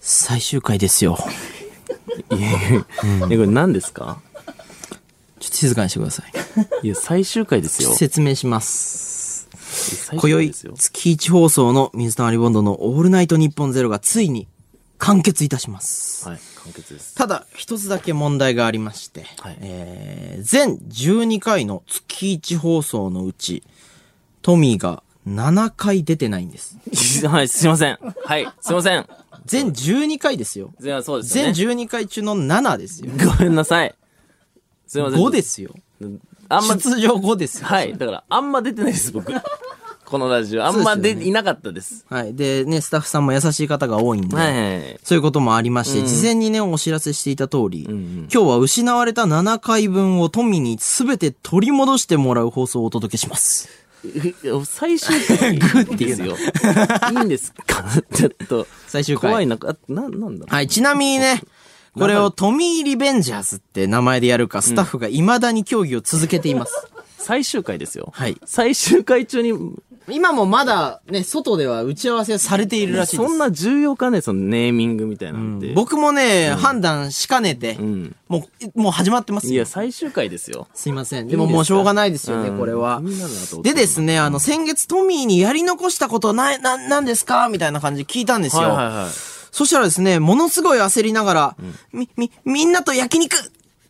最終回ですよ。いやいや、えこれ何ですかちょっと静かにしてください。いや、最終回ですちょっよと。説明します。最今終回宵、ですよ。月一放送の水溜りボンドのオールナイトニッポンゼロがついに完結いたします。はい、完結です。 ただ、一つだけ問題がありまして、はいえー、全12回の月一放送のうち、トミーが7回出てないんです。はい、すいません。はい、すいません。全12回ですよ。全然そうですよ全ね。 12回中の7ですよ。ごめんなさい。すいません。 5ですよ。あんま、出場5ですよ。はい、だから、あんま出てないです、僕。このラジオ。あんまそうです出、よねいなかったです。はい。でね、スタッフさんも優しい方が多いんで、はい。そういうこともありまして、事前にね、お知らせしていた通り、んうん今日は失われた7回分をトミーに全て取り戻してもらう放送をお届けします。最終回グーってですよ。いいんですかちょっと。最終回怖いな。あ、な、なんだろうはい、 ちなみにね、これをトミーリベンジャーズって名前でやるか、スタッフが未だに競技を続けてい ます。最終回ですよ。はい最終回中に、今もまだね、外では打ち合わせされているらしいでそんす。な重要かね、そのネーミングみたいなんて。僕もね、判断しかねて、んもう、もう始まってますよいや、最終回ですよ。すいません。でももうしょうがないですよね、うんこれは気になるなと。思ってでですね、あの、先月トミーにやり残したことな、な、なんですかみたいな感じで聞いたんですよ。はい。そしたらですね、ものすごい焦りながら、み、み、みんなと焼肉っ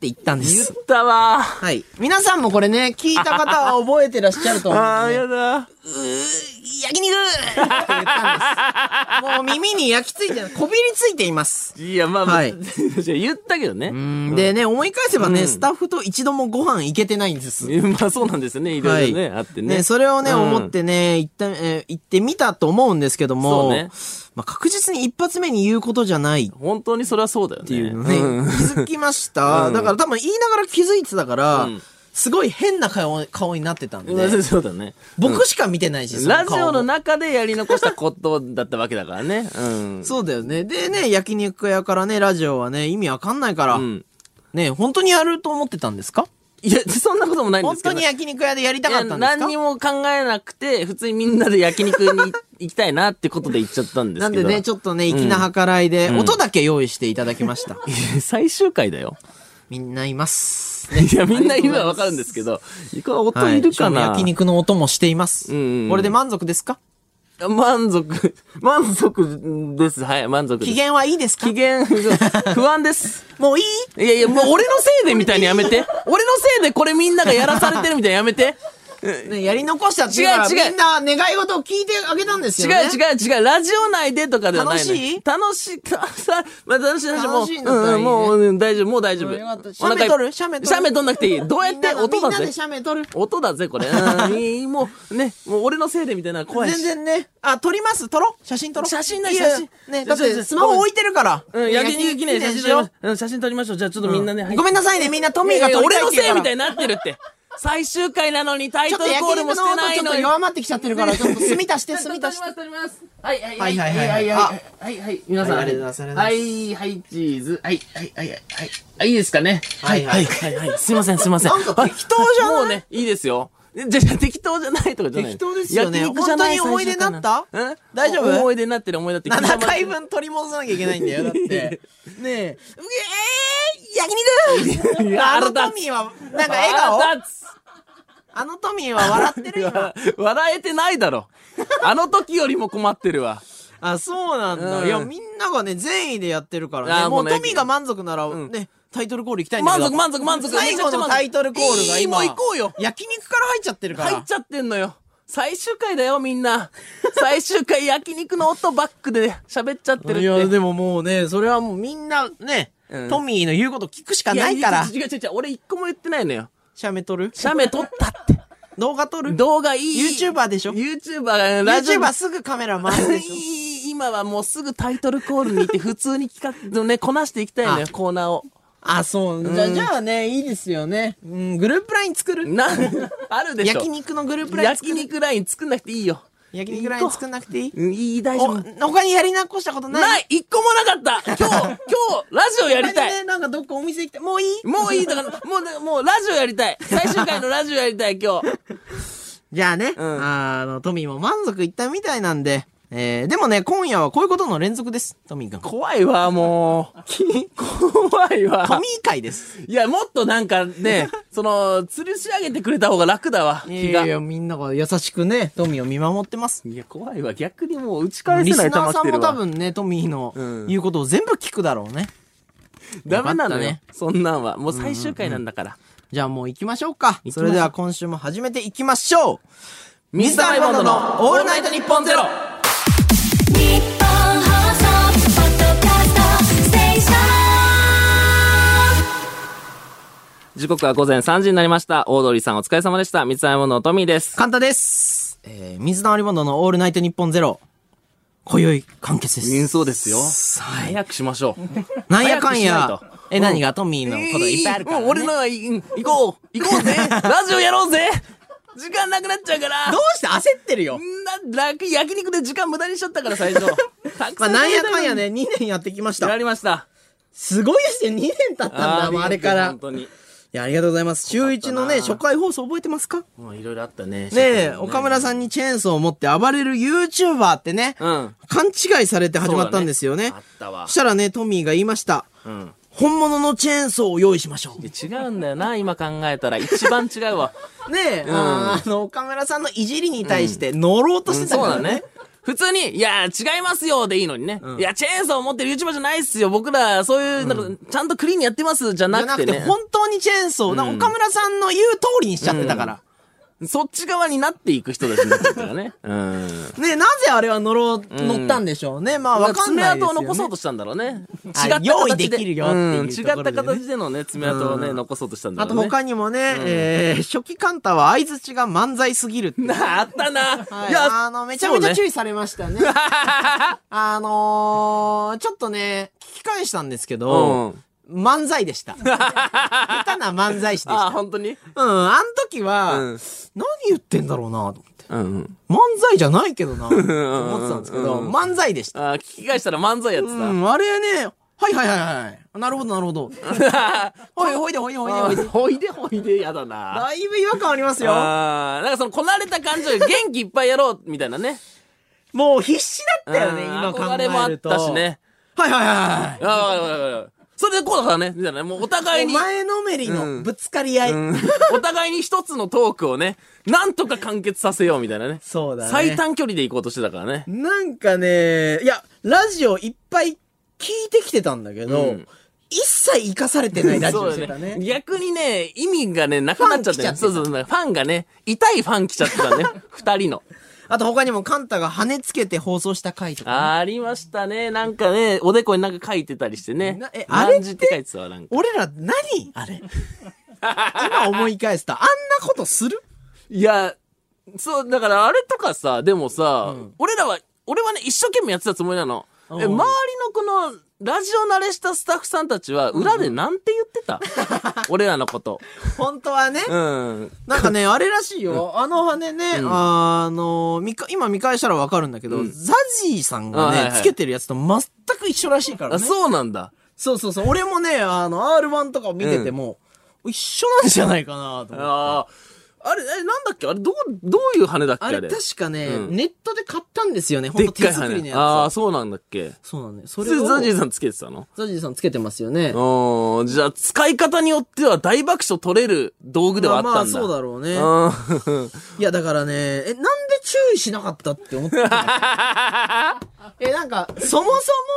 て言ったんで言っす。たわー。はい。皆さんもこれね、聞いた方は覚えてらっしゃると思 あうんー、で、ね、やだ。焼肉って言ったんです。もう耳に焼き付いて、こびりついています。 いや、まあまあ、はいじゃあ言ったけどね。うんでね、思い返せばね、スタッフと一度もご飯行けてないんです。まあそうなんですよね。いろいろね、あってね。それをね、うん思ってね、言った、えー言ってみたと思うんですけども、そうねまあ、確実に一発目に言うことじゃないっ本当にそれはそうだよね。っていうのね、気づきました、 うんだから多分言いながら気づいてたから、うんすごい変な顔顔になってたんで、そうだね。僕しか見てないし、そのラ顔ジオのも中でやり残したことだったわけだからね。うん。そうだよね。でね、焼肉屋からね、ラジオはね、意味わかんないから、うん。ね、本当にやると思ってたんですかいや、そんなこともないんで本すけ当ど。に焼肉屋でやりたかったんいでやす何かにも考えなくて、普通にみんなで焼肉に行きたいなってことで行っちゃったんでなすんけど。でね、ちょっとね、粋な計らいで、音だけ用意していただきました。 最終回だよ。みんないます。いや、みんな今はわかるんですけど、いくら音はいいるかしな、も焼肉の音もしています。うんうんうんこれで満足ですか満足、 満足です。はい、満足です。機嫌はいいですか機嫌、不安です。もういいいやいや、もう俺のせいでみたいにやめて。俺のせいでこれみんながやらされてるみたいにや めて。ね、やり残したっていうから違う違うみんな願い事を聞いてあげたんです違うよ、ね。違う違う、ラジオ内でとかではないの楽しい楽しいか、さ、まあ、楽しい話もう。楽しいんだったらいいねうん、もう、うん大丈夫、もう大丈夫。うんよかったお腹い写メっ撮る写メ撮る写メ撮んなくていい。どうやみっんてながみん音なだでぜ。写メ撮る。音だぜ、これ。うん、いいもう、ね、もう俺のせいでみたいな怖いし。全然ね。あ、撮ります撮ろう写真撮ろう写真ないいや写真ね、写真だってスマホ置いてるから。うん、ね焼肉記念写真撮りましう。うん、写真撮りましょう。じゃあちょっとみんなね、入ってごめんなさいね、みんなトミーいやがいや撮り俺たのせいみたいいになってるって。最終回なのにタイちょトっとル焼コール肉のも音ちしてなょいっのとに。弱まってきちゃってる から、ちょっと炭足して、ちょ炭っと足して。撮ります。はいはいはいはいはいはいあはいはい皆さんはいありがとうございますはいはいチーズはいはいはいはいあいいですかねはいはいはいはいすいませんすいませんなんか適当じゃないもうねいいですよじゃじゃ適当じゃないとかじゃない適当ですよね焼肉じゃない本当に思い出になった最終回ん大丈夫思い出になってる思い出になってる7回分取り戻さなきゃいけないんだよ、だ って。ねえ、えー、焼い肉やあの腹ト立ミーは、なんか笑顔腹立つあのトミーは笑ってる今。笑えてないだろあの時よりも困って るわあ、そうなんだ。うんいや、みんながね、善意でやってるからあね。ーもごうめんトミーが満足なら、ね、タイトルコール行きたいんだけ満ど。足満足満足最後のタイトルコールがいい今。もう行こうよ焼肉から入っちゃってるから。入っちゃってんのよ。最終回だよ、みんな。最終回、焼肉の音バックで喋っちゃってるって。いや、でももうね、それはもうみんなね、うんトミーの言うこと聞くしかいやないから。違う違う違う、俺一個も言ってないのよ。 シャメ撮る写メ撮ったって。動画撮る動画いい。 ?YouTuber でしょ YouTuber、ラジオ。 ?YouTuber すぐカメラ回るでしょいい今はもうすぐタイトルコールに行って普通に企画のね、こなしていきたいのよ、あコーナーを。あ、そう。じゃ、じゃあね、いいですよね。うん、グループライン作るな、あるでしょ。焼肉のグループライン作焼る。肉ライン作んなくていいよ。焼肉ライン作んなくていいうんいい、大丈お夫。他にやり残したことないない一個もなかった今日、 今日、ラジオやりたい他にね、なんかどっかお店行きたい。もういいもういいだから、もうね、もうラジオやりたい。最終回のラジオやりたい、今日。じゃあね、うんあの、トミーも満足いったみたいなんで、えー、でもね、今夜はこういうことの連続です。トミーくん。ト 怖いわ、も う。怖いわ。ミー会です。いや、もっとなんかね、その、吊るし上げてくれた方が楽だわ、気が。いや、みんなが優しくね、トミーを見守ってます。いや、怖いわ。逆にもう打ち返リせなスい球ナー来さんてるも多わ。分ね、トミーのうん言うことを全部聞くだろうね。ダメなよかのったよね。そんなんは。もう最終回なんだから。じゃあもう行きましょうか。ましょそうれでは今週も始めていきましょう水溜りボンドのオールナイトニッポンゼロ日本放送ポッドキャストステーショ時刻は午前3時になりました。オードリーさんお疲れ様でした。三沢のトミーです。簡単です。えー、水溜りボンドのオールナイトニッポンゼロ。今宵完結です。そうですよ。はい。早くしましょ う。なんやかん早やくしないと。え、何がトミーのこといっぱいあるから、ね。もう俺のはいうん行こう行こうぜ ラジオやろうぜ時間なくなっちゃうからどうして焦ってるよ。んな楽焼肉で時間無駄にしちゃったから最 初たくまさあ、んなんやかんやね、2年やってきましやた。りましたすごいですよ、2年経ったんだ、もうあれから。い本当にや、ありがとうございます。週一のね、よか初回放送覚えてますかもういろいろあったねねえ、岡村さんにチェーンソーを持って暴れる YouTuber ってね、うん勘違いされて始まったんですよね。そうだねあったわそしたらね、トミーが言いました。うん本物のチェーンソーを用意しましょう。ね違うんだよな今考えたら一番違うわえ、あーあの、岡村さんのいじりに対して乗ろうとしてたそかうらだね。普通に、いや、違いますよでいいのにね。いや、チェーンソー持ってる YouTuber じゃないっすよ。僕ら、そういう、なんか、ちゃんとクリーンにやってますじゃじなゃなくくてて、ね。本当にチェーンソー、なんか岡村さんの言う通りにしちゃってたから。そっち側になっていく人たちになっちゃったか らね。うん。ねえ、なぜあれは乗ろう、乗ったんでしょうね。まあ、わかん爪ないです痕よ、をね。残そうとしたんだろうね。違ったあ形で用意できるよっていううん違とっころでたね形でのね、爪痕をね、うん残そうとしたんだあろとうね。他にもね、えー、初期カンタは相づちが漫才すぎるっ て。なあ、あったな。はいい、や、あの、めちゃめちゃそうね注意されました ね。あのー、ちょっとね、聞き返したんですけど、漫才で した。下手な漫才師でした。あー、本当にうん、あの時は、うん何言ってんだろうなと思って。うん。漫才じゃないけど な、と思ってたんですけど、漫才でした。あー聞き返したら漫才やってうた。ん、あれね、はいはいはいはい。なるほどなるほど。ほいほいでほいでほいで ほいで。ほいでほいで、やだ な。だいぶ違和感ありますよ。あーなんかその、こなれた感情で元気いっぱいやろう、みたいなね。もう必死だったよね、うん今考憧れもあえっると。たしね。はいはいはいはい。あーわかるわかるわかるそれでこうだからね、みたいなね。もうお互いに。前のめりのぶつかり合い。 お互いに一つのトークをね、なんとか完結させようみたいなね。そうだね。最短距離で行こうとしてたからね。なんかね、いや、ラジオいっぱい聞いてきてたんだけど、うん一切生かされてないラジオして たそうだね。ね逆にね、意味がね、なくなっちゃってファン来ちゃってたねそうそうそう。ファンがね、痛いファン来ちゃってた ね。二人の。あと他にもカンタが跳ねつけて放送した回とかね、ありましたね。なんかね、おでこになんか書いてたりしてねなえ。あれって何時って書いてたわ、なんか。俺ら何あれ。今思い返すと、あんなことするいや、そう、だからあれとかさ、でもさ、俺らは、俺はね、一生懸命やってたつもりなの。え、周りのこの、ラジオ慣れしたスタッフさんたちは、裏でなんて言ってた、 俺らのこと。本当はね。うん。なんかね、あれらしいよ。あの羽ね、あの、見か今見返したらわかるんだけど、ザジーさんがあはいねは、いつけてるやつと全く一緒らしいからあ、ね。そうなんだ。そうそうそう。俺もね、あの、R1 とかを見てても、一緒なんじゃないかなと思って。ああ。あれ、え、なんだっけあれ、どう、どういう羽だっけああれ。れ確かね、うんネットで買ったんですよね。ほでんっとか手い作りの羽。やつああ、を。そうなんだっけ。そうなんだね。そそれれ、をザザジジーさんつけてたのーさんつけてますよね。うん。じゃあ、使い方によっては大爆笑取れる道具ではあったんだ。まあそうだろうね。うん。いやだからね、え、なんで注意しなかったって思って たえ、なんか、そも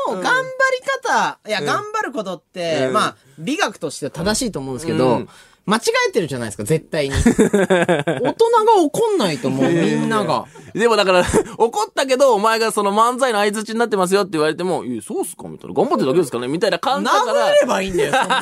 そも頑張り方、いや、頑張ることって、うんまあ、美学として正しいと思うんですけど、うん間違えてるじゃないですか、絶対 に。大人が怒んないと思う、みんなが。 でもだから、怒ったけど、お前がその漫才の相づちになってますよって言われても、いや、そうっすかみたいな。頑張ってるだけですかねみたいな感じだか殴ら。ればいいんだよ、そんな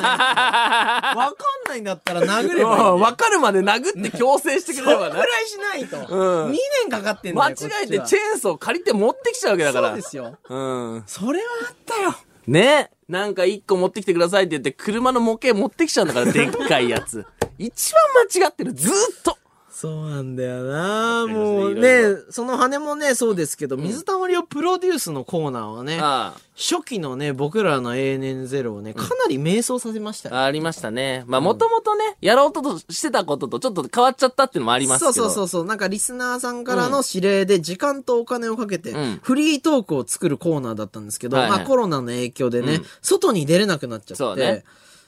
のわかんないんだったら殴ればいいんだうよん。わかるまで殴って強制してくれればぐ ねら。いしないと。うん2年かかってんだ間よ。違えてチェェーンソー借りて持ってきちゃうわけだから。そうですよ。うん。それはあったよ。ね。なんか一個持ってきてくださいって言 って、車の模型持ってきちゃうんだから、でっかいやつ。一番間違ってる。ずーっと。そうなんだよなりますねもういろいね、その羽もね、そうですけど、水溜りをプロデュースのコーナーはね、あ初期のね、僕らの ANN0 をね、かなり迷走させましたよ。あ、ありましたね。まあ、もともとね、やろうとしてたこととちょっと変わっちゃったっていうのもありますけそど。。うそうそううそう。なんかリスナーさんからの指令で時間とお金をかけてうん、フリートークを作るコーナーだったんですけど、はいはいまあコロナの影響でね、うん外に出れなくなっちゃそっうて、ね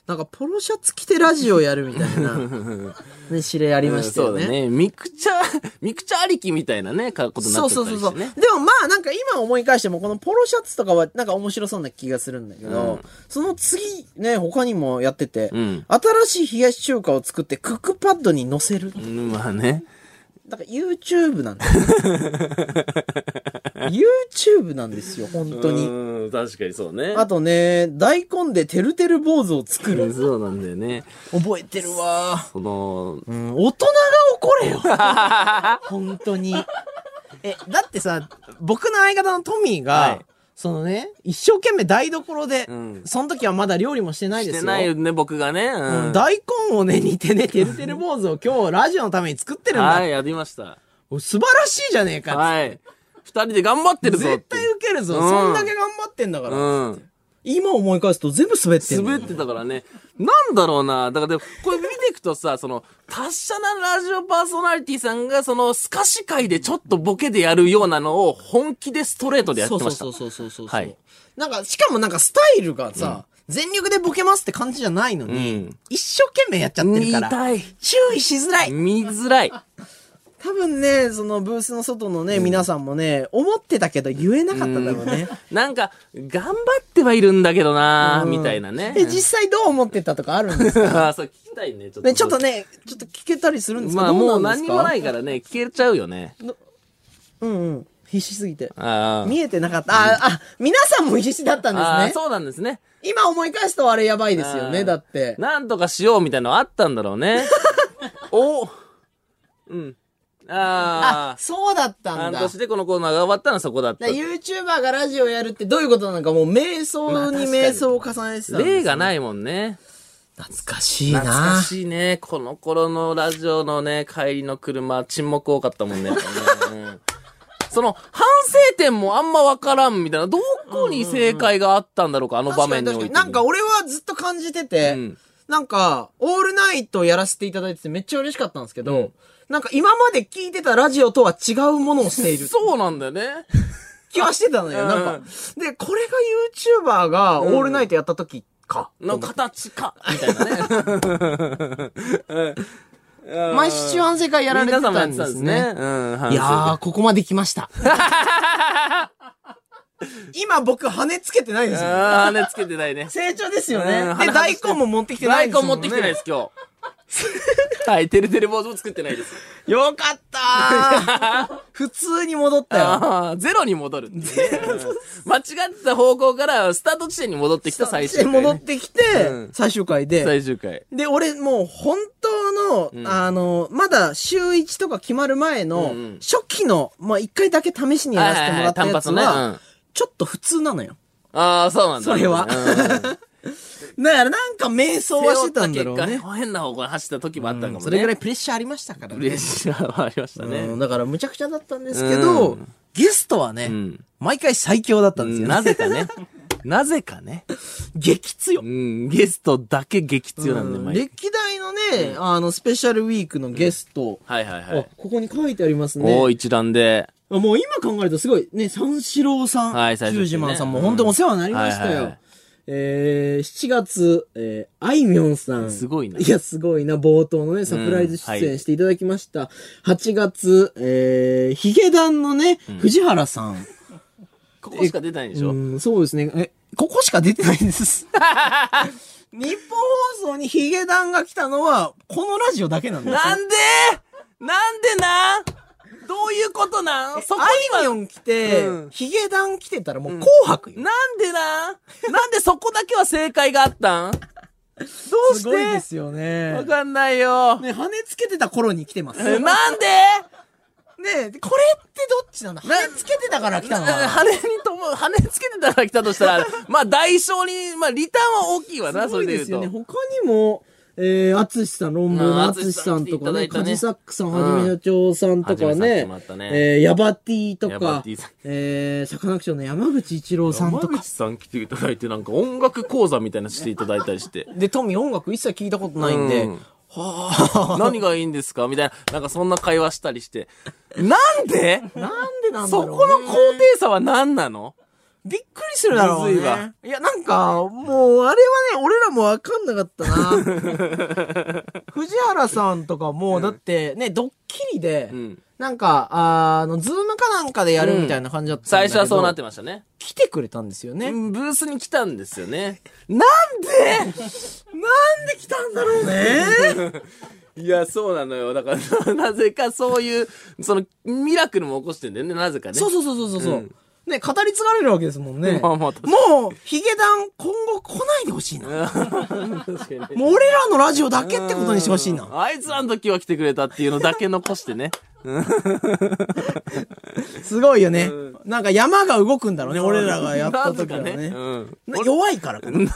なんかポロシャツ着てラジオやるみたいな、 ね、指令ありましたそようね。だね。ミクチャ、 ミクチャありきみたいなね、かことになそっうちゃそっうたそうりしてそね。う。でもまあなんか今思い返してもこのポロシャツとかはなんか面白そうな気がするんだけど、その次ね、他にもやってて、ん新しい冷やし中華を作ってクックパッドに載せる。うんまあね。だから YouTube なんですよ。YouTube なんですよ、本当に。うん、確かにそうね。あとね、大根でてるてる坊主を作うる。んそうなんだよね。覚えてるわ。その、うん、大人が怒れ よ。本当に。え、だってさ、僕の相方のトミーが、はいそのね、一生懸命台所で、うんその時はまだ料理もしてないでしてすよ。ないよね、僕がね。ううんん。大根をね、煮て ね、てるてる坊主を今日ラジオのために作ってるんだ。はい、やりました。素晴らしいじゃねえかっつってはい。二人で頑張ってるぞって。絶対受けるぞ、うんそんだけ頑張ってんだから、うん。今思い返すと全部滑ってんの滑ってたからね。なんだろうな。だからでも、これ見ていくとさ、その、達者なラジオパーソナリティさんが、その、スカシ会でちょっとボケでやるようなのを、本気でストレートでやってそまうした。そうそうそうそうそう、はいなんかしかもなんかスタイルがさ、全力でボケますって感じじゃないのに、うん一生懸命やっちゃって見るからたい。注意しづらい見づらい。多分ねそのブースの外のね、皆さんもね思ってたけど言えなかっただろうね、なんか、頑張ってはいるんだけどなうんみたいなね。で実際どう思ってたとかあるんですかあー そう、聞きたいね。ちょっと。ねちょっとねちょっと聞けたりするんですけどまあ、もう何もないいからね、消えちゃうよね。うんうん必死すぎてああ。見えてなかった。あ、あ、皆さんも必死だったんですああね。そうなんですね。今思い返すとあれやばいですよあね、ーだって。なんとかしようみたいなのあったんだろ うね。おうん。あああ、。そうだったん半だ。年でこのコーナーが終わったのはそこだった。ユーチューバーがラジオやるってどういうことなのかもう瞑想に瞑想を重ねてたんです例がないもんね。懐かしいな懐かしいね。この頃のラジオのね、帰りの車、沈黙多かったもんね。やっぱねうんその、反省点もあんまわからんみたいな。どこに正解があったんだろうか、あの確場か面ににお確かいに。て。なんか、俺はずっと感じてて、うんなんか、オールナイトやらせていただいててめっちゃ嬉しかったんですけど、うんなんか今まで聞いてたラジオとは違うものをしている。そうなんだよね。気はしてたのよ、うんなんか。で、これが YouTuber がオールナイトやった時か。の形か、みたいなね。毎週反省会やられてたんですね。うん、反省いやー、ここまで来ま した。今僕、羽つけてないですよ。ああ、ね、つけてないね。成長ですようねん。で、鼻大外して根も持ってきてない大です根も持んねってきてないで す、今日。はい、てるてる坊主も作ってないです。よかったー 普通に戻ったよ。ああ、ゼロに戻るっていうね。 間違ってた方向からスタート地点に戻ってきた最終で回ね。戻ってきてうん、最終回で。最終回。で、俺、もう、本当んの、あの、まだ、週1とか決まる前うのんうん、初期の、まあ、一回だけ試しにやらせてもらったやつはいはいはい単発のはねうん、ちょっと普通なのよ。ああ、そうなんだ。それはうんだから、なんか、瞑想はしてたんだろう背負ったね結。果変な方向に走った時もあったかもね。それぐらいプレッシャーありましたからプレッシャーはありましたうねん。だからむちゃくちゃだったんですけど、うんゲストはね、ん毎回最強だったんですよ、ねなぜかね。なぜかね。激強。うん、ゲストだけ激強なんで、うん毎回歴代のね、あの、スペシャルウィークのゲスト、はいはいはあい。ここに書いてありますおー、ね。一覧で。もう今考えるとすごい、ね、三四郎さん、はい最初十ですね字マンさんも本当お世話になりましたよ。うんはいはいはいえー、7月、えー、あいみょんさん。すごいないや、すごいな。冒頭のね、サプライズ出演していただきました。8月、えー、ヒゲダンのね、藤原さん。ここしか出てないでしょ。うん、そうですね。え、ここしか出てないん です。日本放送にヒゲダンが来たのは、このラジオだけなんですよ。なんでなんでなんどういうことなんそこあいにみは、ょん来て、うんヒゲダン来てたらもう紅白よ。なんでなんなんでそこだけは正解があったんどうすごいでしてすよね。わかんないよ。ねね、羽つけてた頃に来てます。ねなんででこれってどっちなの羽つけてたから来たのかな羽にとも、羽つけてたら来たとしたら、まあ代償に、まあリターンは大きいわな、すそごれいでで言うすよね。と。他にも、えー、淳さん、論文のあー淳さんとかね、淳さん来ていただいたカねジサックさん、はじめ社長さんとかはじめさん来ねてもらったね、えー、ヤバティとヤバかティさん、えー、サカナクションの山口一郎さん山とか口、さん来ていただいて、なんか音楽講座みたいなのしていただいたりして。で、トミー音楽一切聞いたことないんで、うんは何がいいんですかみたいな、なんかそんな会話したり して。なんでぁ、なんでなんだろ、そうね、この高低差は何なのびっくりするだろうむずいわね。いや、なんか、もう、あれはね、俺らもわかんなかったな。 藤原さんとかも、だって、ね、ドッキリで、うんなんか、あーあの、ズームかなんかでやるみたいな感じだったんだ最けど初はそうなってましたね。来てくれたんですよね。うなんんブースに来たんですよね。なんでで来たんだろうね。いや、そうなのよ。だから、 なぜかそういう、その、ミラクルも起こしてんだよね、なぜかね。そうそうそうそうそうそう。うんね、語り継がれるわけですもんね。まあまあ確かもう、ヒゲダン、今後来ないでほしいな。うん 確かにねもう俺らのラジオだけってことにしてほしいな。あいつらの時は来てくれたっていうのだけ残してね。すごいよね。なんか山が動くんだろうね、俺らがやった時は なぜねか。うん。な弱いからか な。ね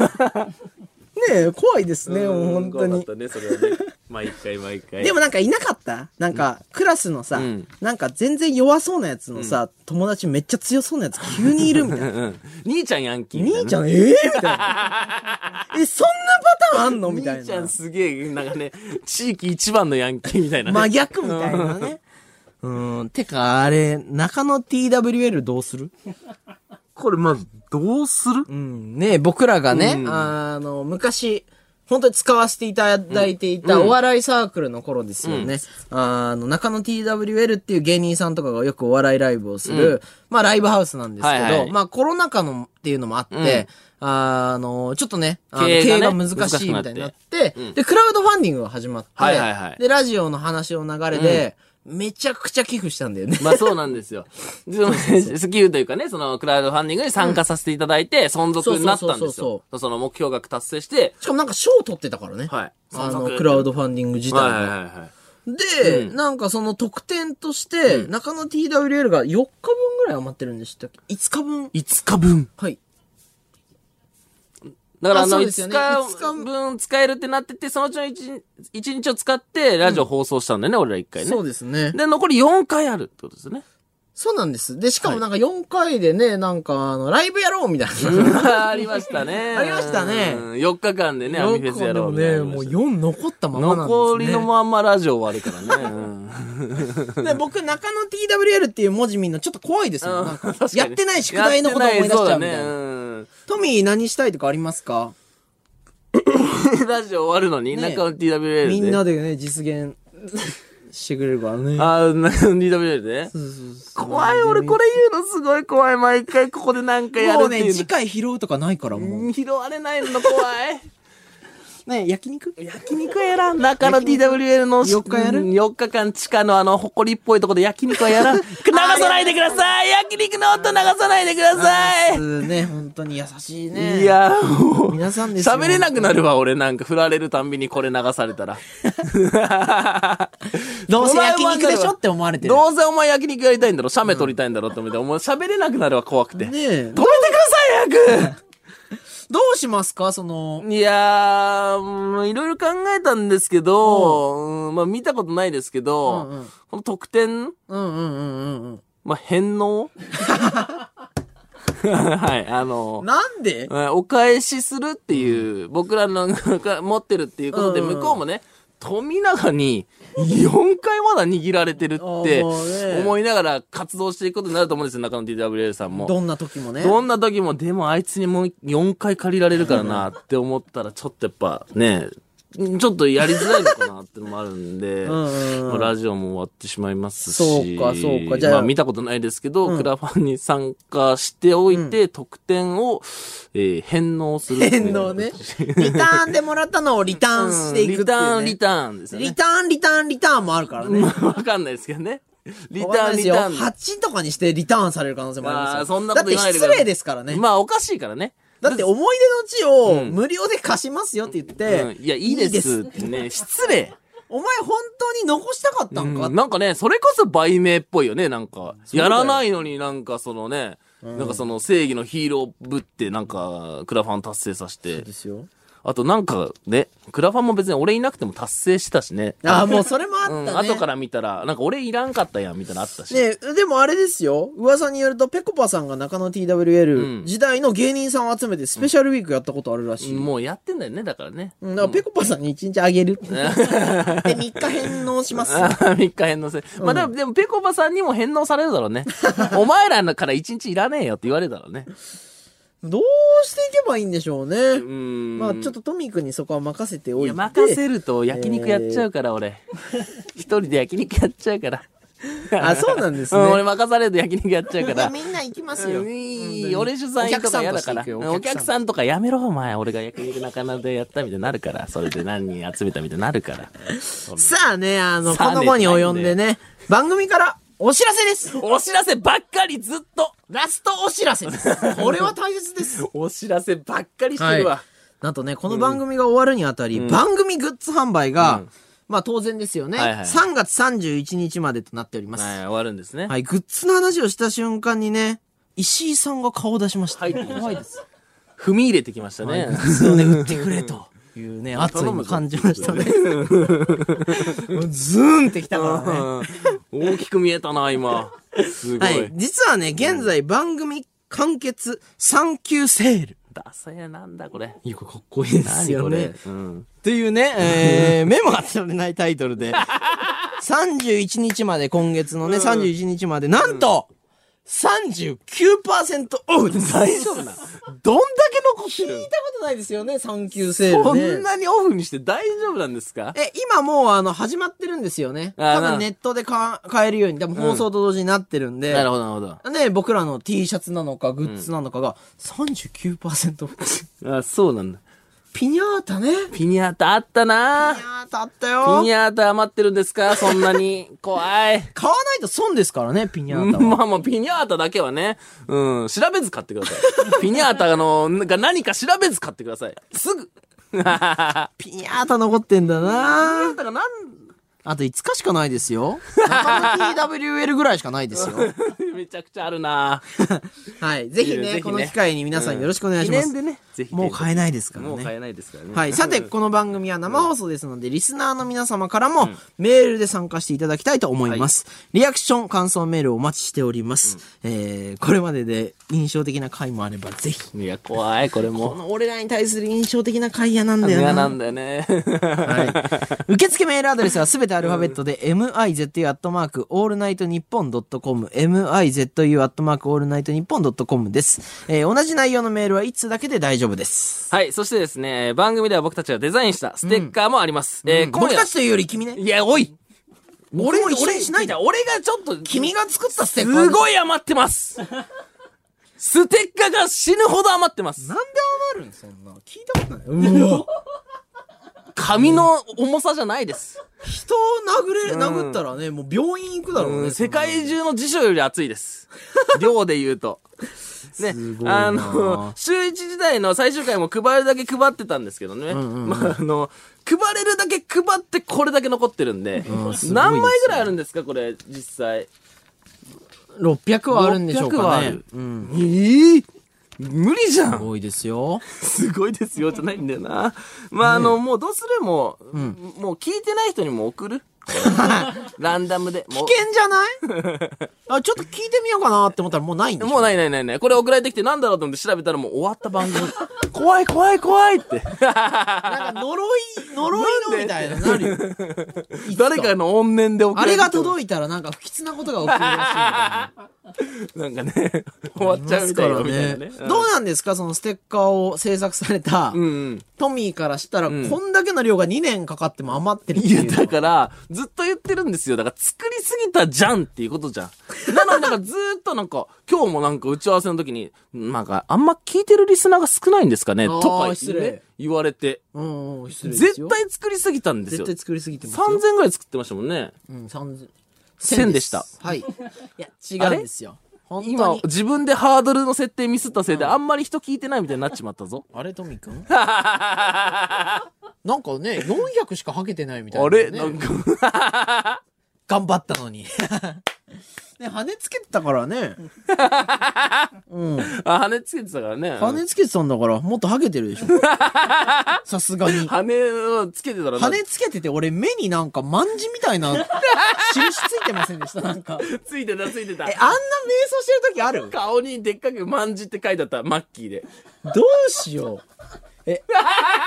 え、怖いですね、もう本当怖にかっ。たね、それはね。毎回毎回。でもなんかいなかったなんか、クラスのさ、んなんか全然弱そうなやつのさ、友達めっちゃ強そうなやつ急にいるみたいな。うん、兄ちゃんヤンキーみたいな。兄ちゃん、ええみたいな。 え、そんなパターンあんのみたい兄ちゃ。なんすげえ、なんかね、地域一番のヤンキーみたいな、ね。真逆みたいなね。うん。てか、あれ、中野 TWL どうするこれ、まず、どうするうん、ね僕らがね、うんあの、昔、本当に使わせていただいていたお笑いサークルの頃ですよね。あの、中野 TWL っていう芸人さんとかがよくお笑いライブをする、まあライブハウスなんですけど、はいはいまあコロナ禍のっていうのもあって、あの、ちょっとね、あの経営がね経営が難しいみたいになって、で、クラウドファンディングが始まって、はいはいはいで、ラジオの話の流れで、めちゃくちゃ寄付したんだよね。まあそうなんで すよ。でその、スキルというかね、その、クラウドファンディングに参加させていただいて、存続になったそんでうそうそうすそよ。その目標額達成して、しかもなんか賞を取ってたからね。はい。あ存の、続クラウドファンディング自体が。はいはいはいはい。で、うんなんかその特典として、中野 TWL が4日分ぐらい余ってるんでしたっけ ?5 日分5日分。はい。だからああの、そうですよ5ね日分使えるってなってて、そのうちの 1, 日を使って、ラジオ放送したんだよね、俺ら1回ね。そうですね。で、残り4回あるってことですよ ね。そうなんです。で、しかもなんか4回でね、なんかあの、ライブやろうみたいな。ありましたね。ありましたねうん4日間でね、アミフェスやろうみたいね、なもう話で4残ったままなんです、ね。残りのまんまラジオ終わるからね。うんで僕、中野 TWL っていう文字見るのちょっと怖いですもん。なんか確かにやってない宿題のこと思い出しちゃうみたいな。やってないそうトミー何したいとかありますかだねうんラジオ終わる のに、ね中野 TWL で。みんなでね、実現してくれるからね。あー、中野 TWL で。そうそうそう怖い、俺これ言うのすごい怖い。毎回ここでなんかやもるっうていうね、の。次回拾うとかないからもう。拾われないの怖 い。ね焼肉焼肉はやらん。中野 TWL の四日やる ?4 日間地下のあの、埃っぽいとこで焼肉は やらん。流さないでください焼肉の音流さないでくださいね、本当に優しいね。い、やー、もう。皆さんですよ喋れなくなるわ、俺なんか振られるたんびにこれ流され たら。どうせ焼肉でしょって思われてる。どうせお前焼肉やりたいんだろ、写メ撮りたいんだろって思って、お前喋れなくなるわ、怖くて。ね止えめてください、早どうしますかその、く いやー、うんいろいろ考えたんですけど、うんまあ見たことないですけど、うんうんこの特典、うんうんうんうんまあ返納 はい、あうのん。、なんでえーお返しするっていう、僕らの持ってるっていうことで、うんうん向こうもね、富永に4回まだ握られてるっあーてもうね思いながら活動していくことになると思うんですよ、中野 TWL さんも。どんな時もね。どんな時も、でもあいつにもう4回借りられるからなって思ったら、ちょっとやっぱね、ちょっとやりづらいのかなってのもあるんん で、うんうんまあラジオも終わってしまいますし、そうかそうかじゃあまあ見たことないですけど、クラファンに参加しておいて、特典を、えー返納するっていう。変の ね。リターンでもらったのをリターンしていくっていう、ね。リターン、リタターンですよリね。ターン、リターン、リターンもあるからね。わかんないですけどね。リタわかんないーン、でリすタよーン。 8とかにしてリターンされる可能性もありますあよ。ーそんなことだ言っわてないでくだ失さい礼ですからね。まあおかしいからね。だって思い出の地をん無料で貸しますよって言って、うん、いや、いいですってね、失礼。お前本当に残したかったんか、うんなんかね、それこそ売名っぽいよね、なんか。うだやよらないのになんかそのね、なんかその正義のヒーローぶってなんか、クラファン達成させてで。すよ。あとなんかね、クラファンも別に俺いなくても達成したしね。ああ、もうそれもあったうね。ん、後から見たら、なんか俺いらんかったやんみたいなのあったし。ねでもあれですよ。噂によると、ぺこぱさんが中野う TWL ん時代の芸人さんを集めてスペシャルウィークやったことあるらしい。もうやってんだよね、だからね。 うんだから、ぺこぱさんに1日あげる。 で、3日返納します。ああ、3日返納せ。まあ、でも、でも、ぺこぱさんにも返納されるだろうね。お前らから1日いらねえよって言われるだろうね。どうしていけばいいんでしょうねう。ーん。まあ、ちょっとトミーくんにそこは任せておいいや、て。任せると焼肉やっちゃうから、俺。一人で焼肉やっちゃうから。あ、そうなんですね。うん、俺任されると焼肉やっちゃうかいやら。みんな行きますよ。うんいい俺主催とか嫌だから。うんおお客さんとして行くよお客客さんさんとかやめろ、お前。俺が焼肉仲間でやったみたいになるから。それで何人集めたみたいになるから。さあね、あの、さあこねの後に及んでね、番組からお知らせです。お知らせばっかりずっとラストお知らせです。これは大切です。お知らせばっかりしてるわ。 なんとね、この番組が終わるにあたり、番組グッズ販売が、まあ当然ですよね、はいはい3月31日までとなっております。はい、は終わるんですね。い、グッズの話をした瞬間にね、石井さんが顔を出しました。入ってきました怖いです。踏み入れてきましたね。そうね、売ってくれと。いう ね、圧を感じましたね。ズーンってきた からね。うん大きく見えたな、今。すごはいい。。実はね、現在番組完結3級セール。ダサいなんだ、これ。いや、これかっこいいで何これ。うん。という ね、えー、メモが取れないタイトルで、31日まで、今月のね、31日まで、なんと、39%オフです。大丈夫な。どんだけ残って聞いるたことないですよね、3級セこールね。んなにオフにして大丈夫なんですかえ、今もう、あの、始まってるんですよね。あ多な分ネットでか買えるように、多分放送と同時になってるんで。なるほど、なるほど。ね、僕らの T シャツなのか、グッズなのかが39%オフ。 あ、そうなんだ。ピニャータね。ピピニャータあったなニャータあったピよニ。ャータ余ってるんですかそん なに。怖い。買わないと損ですからね、ピニャータ は。まあまあ、ピニャータだけはね、うん、調べず買ってください。ピニャータの、が何か調べず買ってください。すぐ。ピニャピニャータ残ってんだなータがなん、あと5日しかないですよ。中野 TWL ぐらいしかないですよ。 めちゃくちゃあるな はい。ぜひいいよね、ぜひねこの機会に皆さんよろしくお願いします。でね、ぜひ。もう買えないですからもう買 ね。えないですからね。はい。さて、この番組は生放送ですので、リスナーの皆様からもメールで参加していただきたいと思います。リアクション、感想メールをお待ちしております。えー、これまでで印象的な回もあれば、ぜひ。いや、怖い、これこも。の俺らに対する印象的な回やなんだよ嫌な。なんだよね。 はい。受付メールアドレスはすべてアルファベットで、mizu.allnightnippon.com、mizu.allnightnippon.com です。えー同じ内容のメールは1通だけで大丈夫です。はい、そしてですね、番組では僕たちがデザインしたステッカーもあります。えー、今僕夜た。ちというより君ね。いや、おい俺も一緒にしないじでゃ。俺がちょっと、君が作ったステッカーですごい余っ てますステッカーが死ぬほど余ってますなんで余るんそんな。聞いたことない。うわ。紙の重さじゃないです。人を殴れ、殴ったらね、もう病院行くだろうね。世界中の辞書より厚い です。量で言うと。ねごい、なあの、週一時代の最終回も配るだけ配ってたんですけどね。まあ、あの、配れるだけ配ってこれだけ残ってるんで。んすごいですね何枚ぐらいあるんですか、これ、実際。 600はあるんでしょう600はかあねる。うん。えぇ無理じゃん多いですよ。 すごいですよじゃないんだよな。まあ、あの、もうどうするも、もう聞いてない人にも送 るランダムで。もう危険じゃない あ、ちょっと聞いてみようかなって思ったらもうないんでしょもうないないないない。これ送られてきてなんだろうと思って調べたらもう終わった番組。 怖い怖い怖いって。なんか呪い、呪いのみたいな、なるよ。 誰かの怨念で送らあれれてが届いたらなんか不吉なことが起きるらなんかね、終わっちゃうしい みかたいらな。みたいなねね。。どうなんですかそのステッカーを制作されたうんうん。トミーからしたら、こんだけの量が2年かかっても余ってるっていや、いうのは。だから、ずっと言ってるんですよ。だから、作りすぎたじゃんっていうことじゃん。なのになんかずーっとなんか、今日もなんか打ち合わせの時に、なんか、あんま聞いてるリスナーが少ないんですかねとか、ね、失礼言われて。うんうん、失礼です絶よ。対作りすぎたんです絶対よ。3000作りすぎてますよ。ぐらい作ってましたもんね。うん、3000。 1000でした。はい。いや、違うんですよ。本当今に、。自分でハードルの設定ミスったせいで、あんまり人聞いてないみたいになっちまったぞ。あれ、トミー くんなんかね、400しかはけてないみたいな、あね。れなんか、頑張ったのに。 ね、羽つけてたからね。うん。あ、羽つけてたからね。羽つけてたんだから、もっとハゲて るでしょ。さすがに。羽をつけてた ら、羽つけてて、俺目になんかまんじみたいな、印ついてませんでした、なんか。え、ついてた、ついてたあん。な瞑想してる時ある顔にでっかくまんじって書いてあった、マッキーで。どうしよう。え、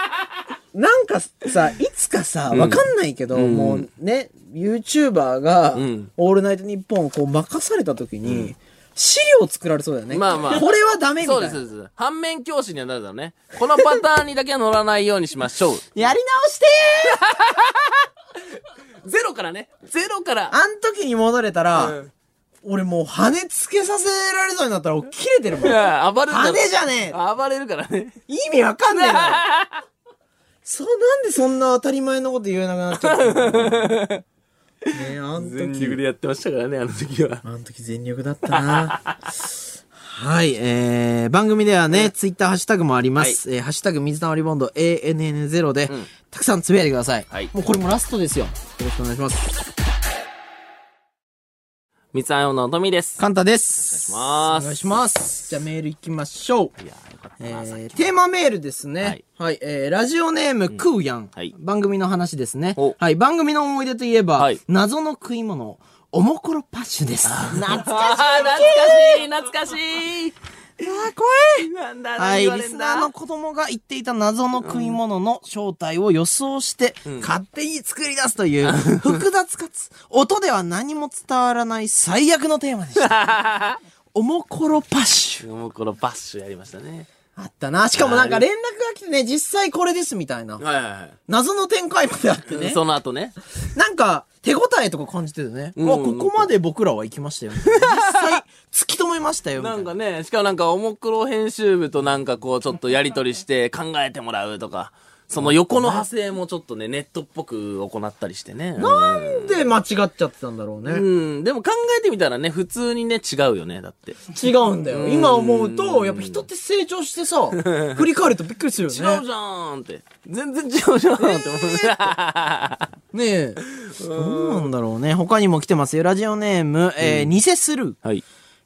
なんかさ、いつかさ、わかんないけど、もうね、YouTuber が、んオールナイトニッポンをこう任された時に、資料作られそうだよね。まあまあこれはダメみたそいうな。です、そうです。反面教師にはなるだろうね。このパターンにだけは乗らないようにしましょう。 やり直してゼロからね。ゼロからー。あん時に戻れたら、うん俺もう羽つけさせられそうになったら、切れてるもいん。や暴れるから。羽じゃね暴れるからね。え意味わかんねえ な。そう、なんでそんな当たり前のこと言えなくなっちゃったの ねえ、あん全時力。でやってましたからね、あの時は。あの時全力だったな。 はい、えー、番組ではね、ツイッターハッシュタグもあります。えーハッシュタグ水溜りボンド ANN0 で、んたくさんつぶやいてください。はいもうこれもラストですよ。よろしくお願いします。三つあよのとみです。カンタです。お願いしまおす願いします。じゃあメール行きましょう。いやよかったえな、さっきー、テーマメールですね。ははいい。えー、ラジオネーム、クーヤン。はい番組の話ですねお。はい。番組の思い出といえば、はい謎の食い物、おもころパッシュです。懐かしい。あー懐かしい、懐かしい。あー怖い。なんだ、は何い、言わリれスんナーだの子供が言っていた謎の食い物の正体を予想して、勝手に作り出すという、複雑かつ、音では何も伝わらない最悪のテーマでした。 おもころパッシュ。もうこのバッシュやりましたね。あったな。しかもなんか連絡が来てね、実際これですみたいな。はいはいはい。謎の展開まであってね。その後ね。なんか、手応えとか感じててね。ううんわ、ここまで僕らは行きましたよ、ね。実際、突き止めましたよ、みたないんなか。ね、しかもなんか、おもくろ編集部となんかこう、ちょっとやりとりして考えてもらうとか、その横の派生もちょっとね、ネットっぽく行ったりしてね。なんで間違っちゃってたんだろうね。うん、でも考えてみたらね、普通にね、違うよね、だって。違うんだよ。今思うと、やっぱ人って成長してさ、振り返るとびっくりする違よね。うじゃーんって。全然違うじゃんって思う。ねえ。どうなんだろうね。他にも来てますよ。ラジオネーム、えー、偽スルー。 はい。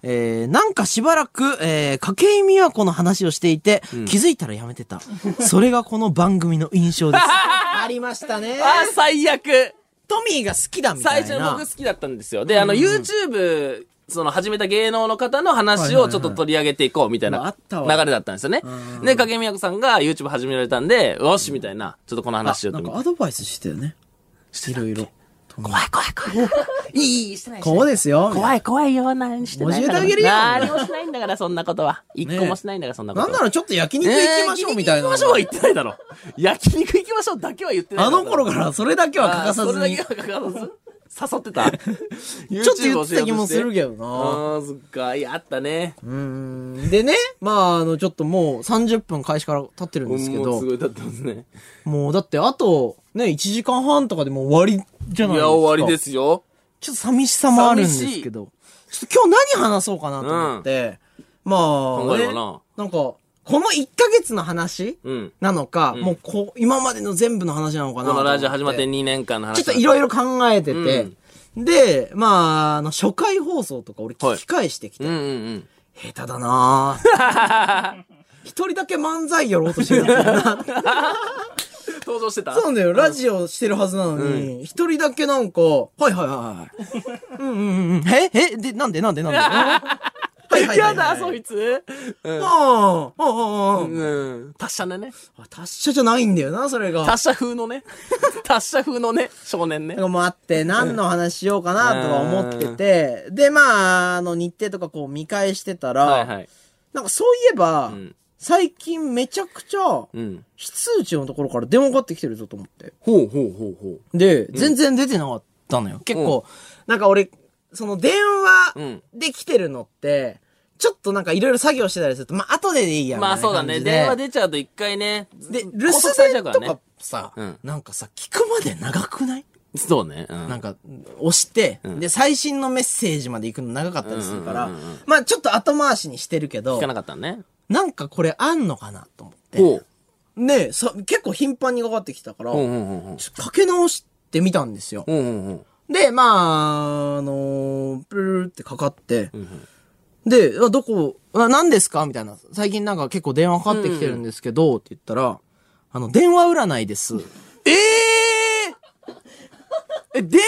えー、なんかしばらく、えー、筧美和子の話をしていて、気づいたらやめてた。それがこの番組の印 象です。ありましたねあー、最悪トミーが好きだみた最いな。初僕好きだったんですよ。で、あの、YouTube、その始めた芸能の方の話をちょっと取り上げていこうみたいはいはいなはいまああ流ったわれだったんですよね。で、影美子さんが YouTube 始められたんで、よしみたいな、ちょっとこの話をなとん思かって。アドバイスしてよね。いろいろ。怖い怖い怖い。いい、いい、してない。こうですよ。怖い怖いよ、何してないんだから。教えてあげるよ何もしないんだから、そんなことは。一個もしないんだから、そんなことなは。んならちょっと焼肉行きましょうみたいな。えー焼肉行きましょうは言ってないだろ。焼肉行きましょうだけは言ってないあだろの頃からそれだけは欠かさずあに。ーちょそれだけは欠かさず。誘ってた。ちっと言ってた気もするけどな。ああ、そっか。いや、あったね。うーんでね、まあ、あの、ちょっともう30分開始から経ってるんですけもうどす、ごい経ってますね。もうだってあと、ね、1時間半とかでもう終わりじゃいないですか。や、終わりで。すよ。ちょっと寂しさもあるんですけど、ちょっと今日何話そうかなと思って、まあ、えよねうななんか、この1ヶ月の話うん。なのか、んもうこう、今までの全部の話なのかなとこ思っのてラジオ始まって2年間の話。ちょっといろいろ考えてて、で、まあ、あの、初回放送とか俺聞き返してきて、うんうん下手だなぁ 一人だけ漫才やろうとしてるんだよな。うん。登場してたそうなんだよ。ラジオしてるはずなのに、一、人だけなんか、はいはいはいはい。 うんうんうん。ええで、なんでなんでなんではいはいはいはやいだ、そいつ。ああ、ああ、ああうん。達者だね。あ。達者じゃないんだよな、それが。達者風 のね。達者風のね、少年ねなん。かもうあって、何の話しようかなとか思ってて、で、まあ、あの、日程とかこう見返してたら、はいはい。なんかそういえば、ん最近めちゃくちゃ、うん。非通知のところから電話かかってきてるぞと思って。ほうほうほうほう。で、全然出てなかったのよ。結構、なんか俺、その電う話んで来てるのって、ちょっとなんかいろいろ作業してたりすると、まあ後ででいいやん。まあみたいうそなだ感ね。じ電話出ちゃうと一回ね。で、ず留守拘束されちゃ電うらとねかさ、うんなんかさ、聞くまで長くないそうね。うんなんか、押して、んで、最新のメッセージまで行くの長かったりするから、うんうんうんうんまあちょっと後回しにしてるけど聞か、なかったね。なんかこれあんのかなと思って。ほう。ねえ、さ、結構頻繁にかかってきたから、ほうほうほうほう。ちょっとかけ直してみたんですよ。ほうほうほう。で、まあ、あのープルルルってかかって、で、あどこ、あ何ですかみたいな。最近なんか結構電話かかってきてるんですけど、って言ったら、あの、電話占いです。えええ、電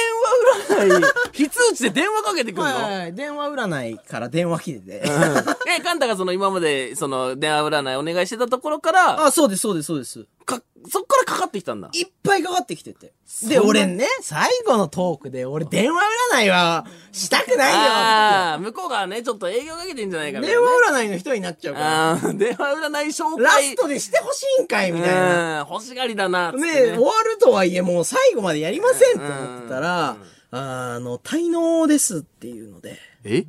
話占い、 非通知で電話かけてくるの、はいはい、電話占いから電話切れて。え、カンタがその今まで、その、電話占いお願いしてたところから、あ、そうです、そうです、そうです。か、そっからかかってきたんだ。いっぱいかかってきてて。んで、な俺ね、最後のトークで、俺電話占いはしたくないよああ、向こうがね、ちょっと営業かけてんじゃないかっみて。たい電な、話占ね。いの人になっちゃうから。あー電話占い紹介。ラストでしてほしいんかいみたいな。うん、欲しがりだな、つって、ねね。終わるとはいえもう最後までやりませんと思ってたら、あの、滞納ですっていうので、え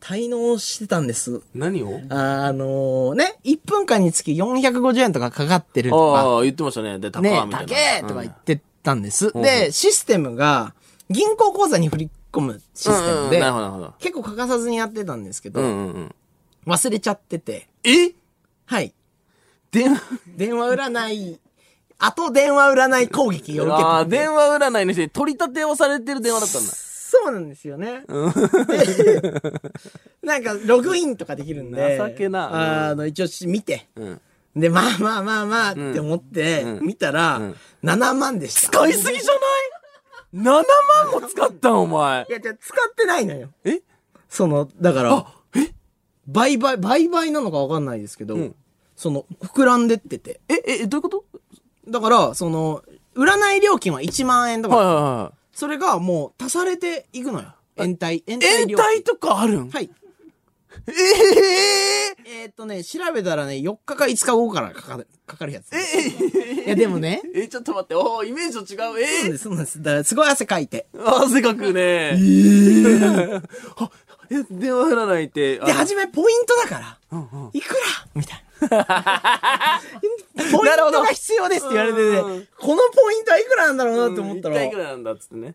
滞納してたんです。何をあのね、1分間につき450円とかかかってるとか、ああ、言ってましたね。で、高ねー、みた高いな。えとか言ってたんです。んで、システムが、銀行口座に振り込むシステムうんうんうんでなる、ほど、なるほど。結構欠かさずにやってたんですけうんど、うんうん。忘れちゃってて、えはい。電話、電話占い、あと電話占い攻撃を受けああ、てて電話占いの人に取り立てをされてる電話だったんだ。そうなんですよね。でなんか、ログインとかできるんで。情けなうんあの、一応し見て。うん。で、まあまあまあまあって思って、見たら、7万でした。使いすぎじゃない ?7 万も使ったんお前い。や、じゃあ使ってないのよ。えその、だから、あ、え売買、売買なのかわかんないですけど、んその、膨らんでってて。え、え、どういうことだから、その、占い料金は1万円とか、はいはそれがもう足されていくのよ。延滞、延いはい。滞延料金。滞とかあるんはい。えええーっとね、調べたらね、4日か5日後からかかる、かかるやつ。いや、でもね、え、ちょっと待って、おーイメージと違そう。うなんえです、そうなんです。だから、すごい汗かいて。ー、汗かくね。えあ、え、電話占いって。あで、の初め、ポイントだから、いくらみたい な。ポイントが必要ですって言われなるほてどて、このポイントはいくらなんだろうなって思ったうらん一体い、くらなんだっつってね。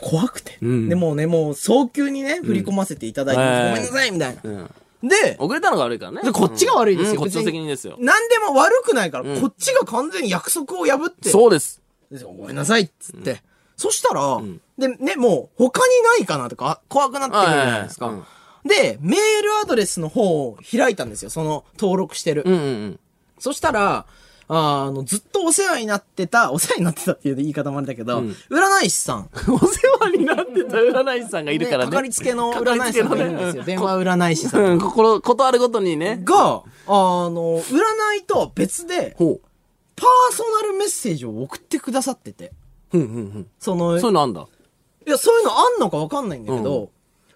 怖くて。んで、もうね、もう早急にね、振り込ませていただいて、うんごめんなさいみたいな。んで、遅れたのが悪いからね。でこっちが悪いですようんこっ別ちのに責任ですよ。何でも悪くないから、こっちが完全に約束を破って、そうです。でごめんなさいっつって。そしたら、で、ね、もう他にないかなとか、怖くなってくるじゃないですか。はいはいはで、メールアドレスの方を開いたんですよ。その登録してる。うんうんそしたら、あの、ずっとお世話になってた、お世話になってたっていう言い方もあれだけど、占い師さん。うん。お世話になってた占い師さんがいるからね。ねかかりつけ の占い師さんがいるんですよ。かかりつけ電のね話占い師さん。うん、心、ことあるごとにね。が、あの、占いとは別で、ほパーソナルメッセージを送ってくださってて。う。うんうんその、うん。そういうのあんだ。いや、そういうのあんのかわかんないんだけど、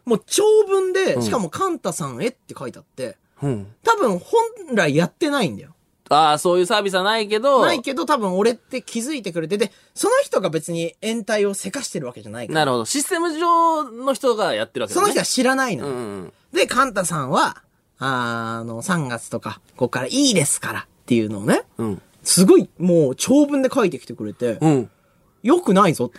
もう長文で、しかもカンタさんへって書いてあって、うん。多分本来やってないんだよ。ああ、そういうサービスはないけど。ないけど多分俺って気づいてくれて、で、その人が別に延滞をせかしてるわけじゃないから。なるほど。システム上の人がやってるわけそだね。の人は知らないの。うんうんで、カンタさんは、あの、3月とか、ここからいいですからっていうのをね、うん。うん。すごいもう長文で書いてきてくれて、うん。よくない ぞ。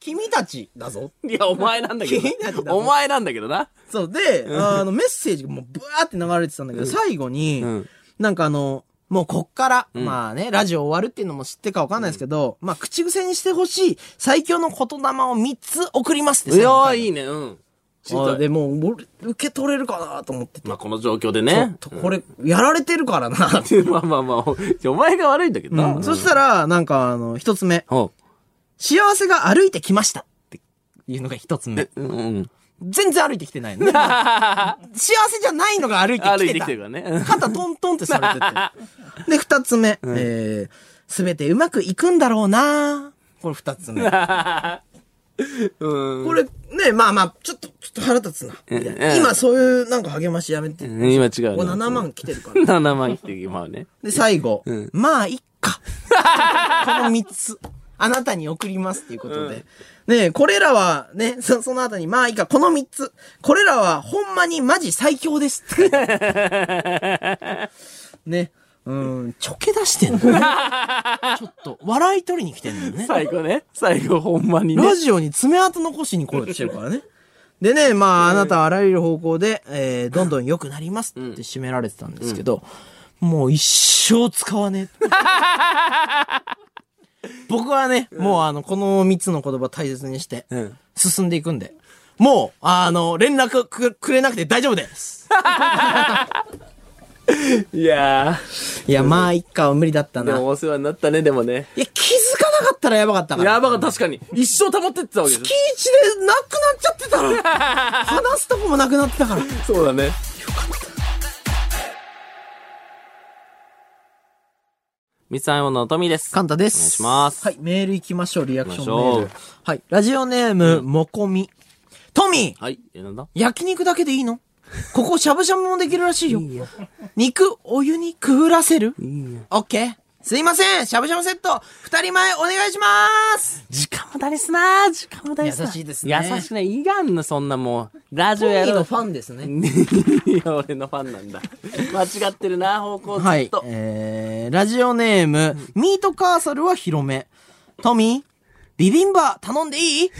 君たちだぞ。いや、お前なんだけ気になるどなな。お前なんだけどな。そう、で、あの、メッセージがもうブワーって流れてたんだけど、最後に、んなんかあの、もうこっから、まあね、ラジオ終わるっていうのも知ってかわかんないですけど、まあ、口癖にしてほしい最強の言霊を3つ送りますっていやー、いいいね。うん。知りあたいーでも、俺、受け取れるかなと思ってて。まあ、この状況でね。とこれ、やられてるからなって。 まあまあまあ、おお前が悪いんだけどな。そしたら、なんかあの、一つ目、ほ幸せが歩いてきましたっていうのが一つ目。う。うんうん。全然歩いてきてないのね。 幸せじゃないのが歩いてきてた。歩いてきてるからね。肩トントンってされてて。で、二つ目。えー、すべてうまくいくんだろうなこれ二つ目。こうん。れ、ね、まあまあ、ちょっと、ちょっと腹立つな。みたいなうん今そういうなんか励ましやめて。うん今違うここね。 7万来てるから。 7万って今はね。で、最後。まあ、いっか。この三つ。あなたに送りますっていうことで。ねこれらは、ね、そその後に、まあいいか、この三つ。これらは、ほんまにマジ最強ですって書いてある。ね。うん、ちょけ出してんのね。ちょっと、笑い取りに来てんのよね。最後ね。最後、ほんまにねラ。ジオに爪痕残しに来ようとしてるからね。 でね、まあ、あなたはあらゆる方向で、えー、どんどん良くなりますって締められて たんですけど、もう一生使わねえ。僕はね、もうあの、この3つの言葉大切にしてうん、進んでいくんで。もう、あの、連絡くくれなくて大丈夫です。いや いや、まあ、一家は無理だったー、でな。いもお世話になったね、でもね。や、気づかなかったらやばかったから。やばかった、確かに。一生保ってってたわけで月一でなくなっちゃってた ら、話すとこもなくなってたから。す。そうだね。ミツアイモンのトミーです。カンタです。お願いしますはい、メール行きましょう、リアクション行きメーまルしょ。はい、ラジオネーム、もこみ。トミーはい、え、なんだ焼肉だけでいいのここ、しゃぶしゃぶもできるらしいよ。肉、お湯にくぐらせるオッケー。すいません、しゃぶしゃぶセット、二人前お願いします時間無駄ですな時間無駄ですな優しいですね優しくね、いがんの、そんなもう。ラジトオミやーろのうフ。ァンですね。いや、 俺のファンなんだ。間違ってるな、方向ずはっいと。。えー、ラジオネーム、ミートカーソルは広め。トミー、ビビンバ頼んでいい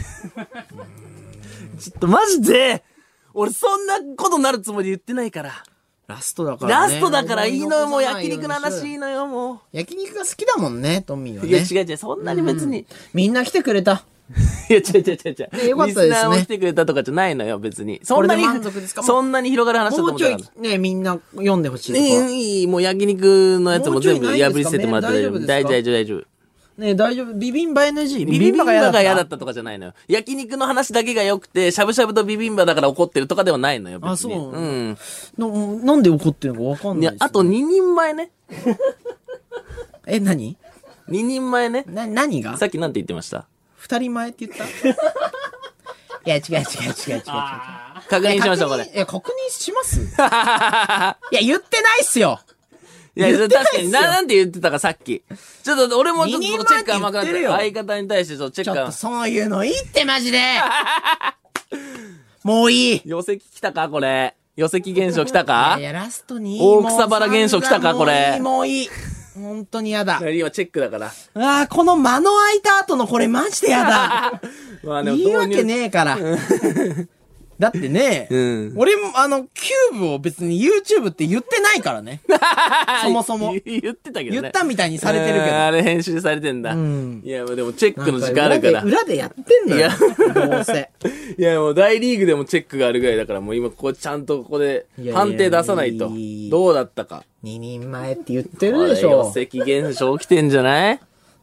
ちょっとマジで、俺そんなことなるつもりで言ってないから。ラストだかラねストだからいいのよ、思もう残さない焼ように肉の話いいのよ、も焼肉が好きだもんね、トミーはう。いや、ね。違う違う、そんなに別に。みんな来てくれた。いや、違う違う違う違う。ねよかったですねリスナーも来てくれたとかじゃないのよ、別に。そんなに、これで満足ですかそんなに広がる話だとも思うっちょたかいら。ね、みんな読んでほしいといいこ。いい、もう焼肉のやつも全部もうちょいないですか破り捨ててもらって大丈夫。メール大丈大丈夫、夫大で丈夫、大丈夫。ね、大丈夫。ビビンバ NG。ビビンバが嫌だった嫌だとかじゃないのよ。焼肉の話だけが良くて、しゃぶしゃぶとビビンバだから怒ってるとかではないのよ、別に。あそううん。のなんで怒ってるのかわかんないいやです、あと2人前ね。え、何2人前ね。な、何がさっきなんて言ってました二人前って言った いや、違う違う違う違う違う違う。確認しましょう、確これ認。いや、確認しますい や、言ってないっすよいや、言ってないっ確すかよに、な、なんて言ってたか、さっき。ちょっと、俺もちょっと二人前チェック甘くなっって言っててるよ相方に対してちょっとチェちッょクっ甘とそういうのいいってマジ でもういい寄せき来たか、これ。寄せき現象来たいかや、ラストに。大草原現象来たかもう散々こもういい、もういい。本当にや だ。今チェックだから。ああ、この間の空いた後のこれマジでや だ。まあ言い訳。ねえから。 だってね、うん。俺もあの、キューブを別に YouTube って言ってないからね。 そもそも 言ってたけどね。言ったみたいにされてるけうんど。あれ編集されてんだ。んいや、でもチェックの時間あなるんか裏から。で裏でやってんのよ。どうせ。 いや、もう大リーグでもチェックがあるぐらいだから、もう今ここちゃんとここでいやいや判定出さないとい。いどうだったか。二人前って言ってこるれでしょ。寄席現象起きてんじ ゃない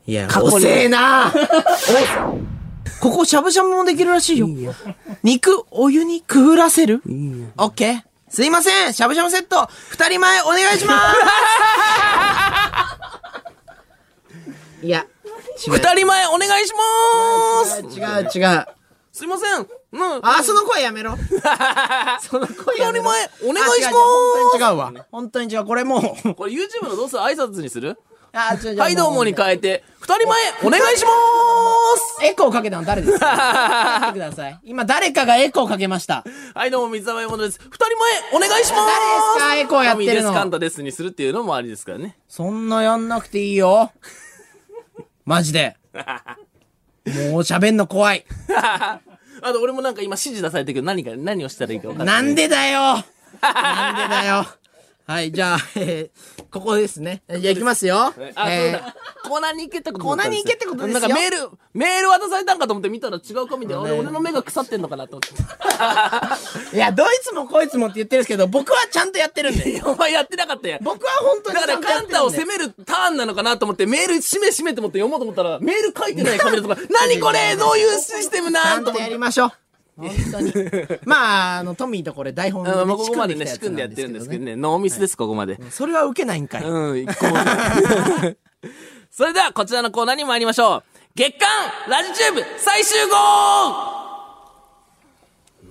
いや、去に遅えなここ、しゃぶしゃぶもできるらしいよ。肉、お湯にくぐらせるオッケー。すいません、しゃぶしゃぶセット、二人前お願いしますいや、違う。二人前お願いしまーす違う 違う。すいませんうんあ、その声やめろ。 その声やめろ。二人前お願いしますあ違う違う本当に違うわ。本当に違う。これもう、これ YouTube のどうする挨拶にするあ、 違う違う。はいどうもに変えて、二人前お願いしまエコーかけたの誰です か待ってください。今誰かがエコーかけました。ーすはいどうも水溜りボンドです。二人前お願いしまー誰すですかエコーやってるのトミーですカンタですにするっていうのもありですからね。そんなやんなくていいよ。 マジで。もう喋んの怖い。あと俺もなんか今指示出されてるけど何か、何をしたらいいか分かんない。なんでだよなんでだよはい、じゃあ、えー、ここですね。じゃあ行きますよ。えあ、そうーだ。コーナーに行けってことコーナーに行けってことですよなんかメール、メール渡されたんかと思って見たら違うかみたいな。俺、俺の目が腐ってんのかなと思って。いや、どいつもこいつもって言ってるんですけど、僕はちゃんとやってるんい で。やお前やってなかったやん。だ僕は本当にかちゃらんとやカってるんンで。タを攻めるターンなのかなと思ってメール締め締めと思って読もうと思ったらメール書いてないカメラとか何これどういうシステムちなゃんんとと思っやてりましょう。本当に。 まあ、あの、トミーとこれ台本あのまあここまできたねや仕つな組んでやってるんですけどね。ねノーミスですここまでそれは受けないんかい。うん一個もそれではこちらのコーナーに参りましょう月刊ラジチューブ最終号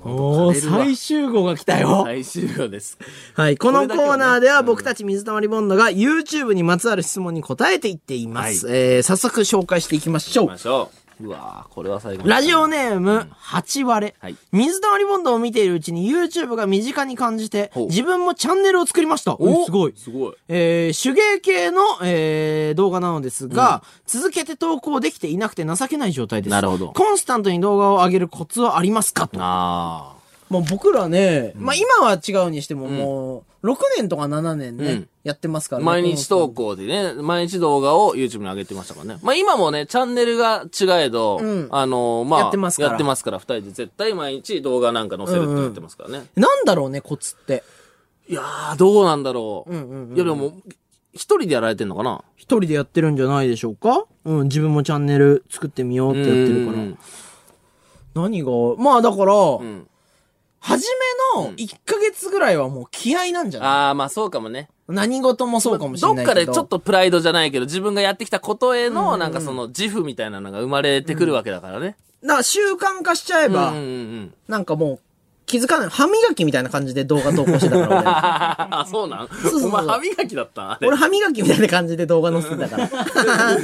おお最終号が来たよ。最終号ですはい。このコーナーでは僕たち水溜りボンドが YouTube にまつわる質問に答えていっています。えー、早速紹介していきましょ行きまう。しょううわーこれは最後ラジオネーム、8割はいれ。水溜りボンドを見ているうちに YouTube が身近に感じてほう、自分もチャンネルを作りました。おおすごい。すごいえー手芸系の、えー動画なのですが、続けて投稿できていなくて情けない状態です。なるほどコンスタントに動画を上げるコツはありますかと。あもう僕らね、まあ今は違うにしてももう、 6年とか7年ね、うんやってますからね毎日投稿でね、毎日動画を YouTube に上げてましたからね。まあ今もね、チャンネルが違えど、んあのーまあ、やってますからやってますから、二人で絶対毎日動画なんか載せるって言ってますからね。なんだろうね、コツって。いやー、どうなんだろう。んうんいやでも、一人でやられてんのかな一人でやってるんじゃないでしょうかうん、自分もチャンネル作ってみようってやってるから。何が、まあだから、ん初めの1ヶ月ぐらいはもう気合なんじゃない、ああ、まあそうかもね。何事もそうかもしれどないっかけど。でちょっとプライドじゃないけど、自分がやってきたことへの、なんかその自負みたいなのが生まれてくるわけだからね。だから習慣化しちゃえうんば、うんうん。なんかもう気づかない。歯磨きみたいな感じで動画投稿してた からあ、そうなんう そうお前歯磨きだったあ俺。れ俺。歯磨きみたいな感じで動画載せてたから。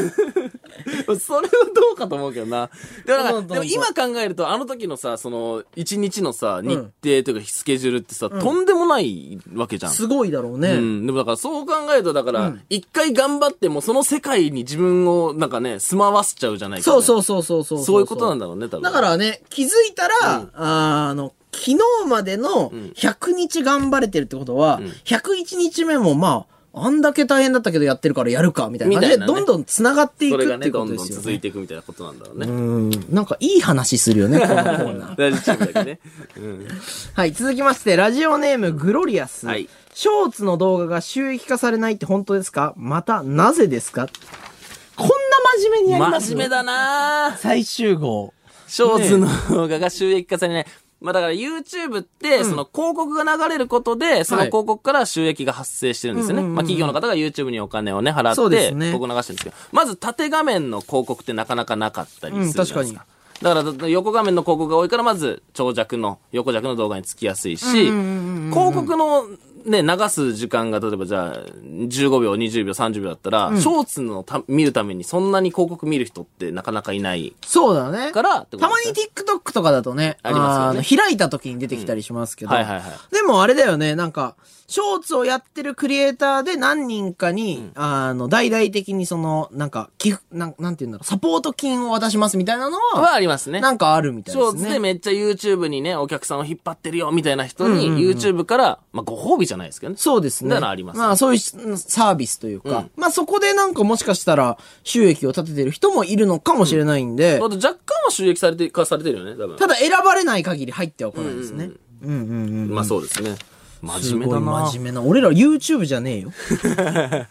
それはどうかと思うけどな。でもなんそうそうそかうでも今考えると、あの時のさ、その、一日のさ、日程というかスケジュールってさ、とんでもないわけじゃん。すごいだろうね。うん。でもだからそう考えると、だから、一回頑張ってもその世界に自分をなんかね、住まわせちゃうじゃないか、ね。。そうそううそうそうそう。そういうことなんだろうね、多分。だからね、気づいたら、あーあの、昨日までの100日頑張れてるってことは、101日目もまあ、あんだけ大変だったけどやってるからやるか、みたいな感じで、みたいなどねんどん繋がっていくそれがっていね、うこどとんでどんすよ続ねい。ていくみたいなことなんだろうね。うん。なんかいい話するよね、このコー ナー。ラジチームだけね。はい、続きまして、ラジオネームグロリアス。はいショーツの動画が収益化されないって本当ですかまた、なぜですかこんな真面目に やります真面目だなぁ最終号。ショーツの動画が収益化されない。まあだから YouTube って、その広告が流れることで、そのはい広告から収益が発生してるんですよね。まあ企業の方が YouTube にお金をね、払そうっでて、すね広告流してるんですけど、まず縦画面の広告ってなかなかなかったりするじゃないですか。うん確かにだからだって横画面の広告が多いから、まず長尺の、横尺の動画につきやすいし、広告のね、流す時間が、例えばじゃあ、15秒、20秒、30秒だったら、ショーツのた見るためにそんなに広告見る人ってなかなかいないそうだね。からってことですねたまに TikTok とかだとね、ありますよねあの開いた時に出てきたりしますけど、うんはいはいはいでもあれだよね、なんか、ショーツをやってるクリエイターで何人かに、あの、大々的にその、なんか、寄付、なんなんて言うんだろう、サポート金を渡しますみたいなのは、はありますね。なんかあるみたいシでョすーね。ツでめっちゃ YouTube にね、お客さんを引っ張ってるよ、みたいな人に、YouTube から、まあ、ご褒美じゃないですけどね。そうですね。なのありますねまあそういうしサービスというか、まあそこでなんかもしかしたら収益を立ててる人もいるのかもしれないんで、あと若干は収益されて、化されてるよね、多分。ただ選ばれない限り入ってはこないですね。まあそうですね。真す面目ごだいな。真面目な。俺ら YouTube じゃねえよ。なんかね、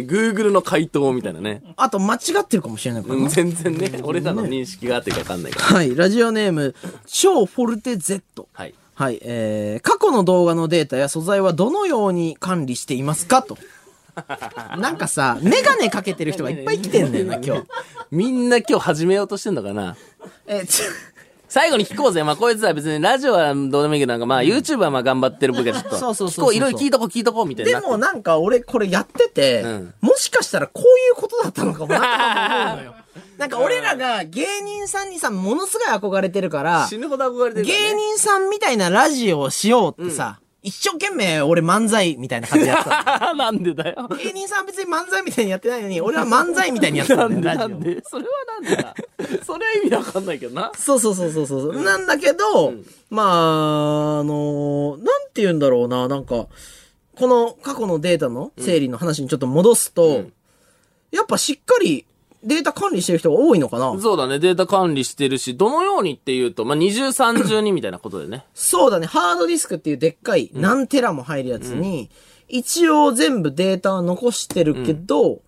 Google の回答みたいなね。あと間違ってるかもしれないからうんな。全然ね、俺らの認識があってかわかんないから。はい、ラジオネーム、超フォルテ Z。はい。はい、えー、過去の動画のデータや素材はどのように管理していますかと。なんかさ、メガネかけてる人がいっぱい来てんだよな、今日。みんな今日始めようとしてんのかな。えー、ち最後に聞こうぜ。まあ、こいつは別にラジオはどうでもいいけど、なんかまあ、YouTube はまあ頑張ってる分がちょっと。そうそうそうそう聞こう、いろいろ聞いとこう、聞いとこう、みたいにでな。もなんか俺これやってて、んもしかしたらこういうことだったのかもなとかも思うの よ。なんか俺らが芸人さんにさ、ものすごい憧れてるから、 死ぬほど憧れてるからね芸人さんみたいなラジオをしようってさ、一生懸命俺漫才みたいな感じでやってた なんでだよ。の。芸人さんは別に漫才みたいにやってないのに、俺は漫才みたいにやってなたんだんよ、ラでなジんオ。で それはなんでだそれは意味わかんないけどな。そうそうそうそうそう。なんだけど、まあ、あのーなんて言うんだろうな、なんか、この過去のデータの整理の話にちょっと戻すと、やっぱしっかりデータ管理してる人が多いのかな。 そうだね、データ管理してるし、どのようにっていうと、まあ、二重三重にみたいなことでね。 そうだね、ハードディスクっていうでっかい何テラも入るやつに、一応全部データは残してるけど、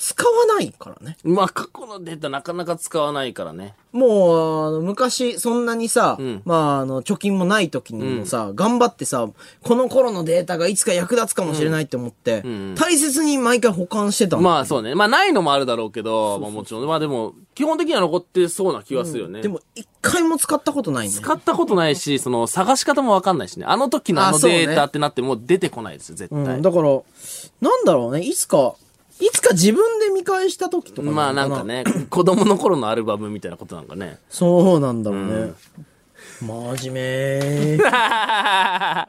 使わないからね。まあ、過去のデータなかなか使わないからね。もう、あの、昔、そんなにさ、んまあ、あの、貯金もない時にもさ、頑張ってさ、この頃のデータがいつか役立つかもしれないって思って、うん大切に毎回保管してたの。まあ、そうね。まあ、ないのもあるだろうけど、まあ、もちろん。まあ、でも、基本的には残ってそうな気はするよね。でも、一回も使ったことないね。使ったことないし、その、探し方もわかんないしね。あの時のああのそうねデータってなってもう出てこないですよ、絶うん、対。だから、なんだろうね、いつか、いつか自分で見返した時とかまあ、なんか。ね、 子供の頃のアルバムみたいなことなんか ね。そうなんだろうね。真面目。 まあ、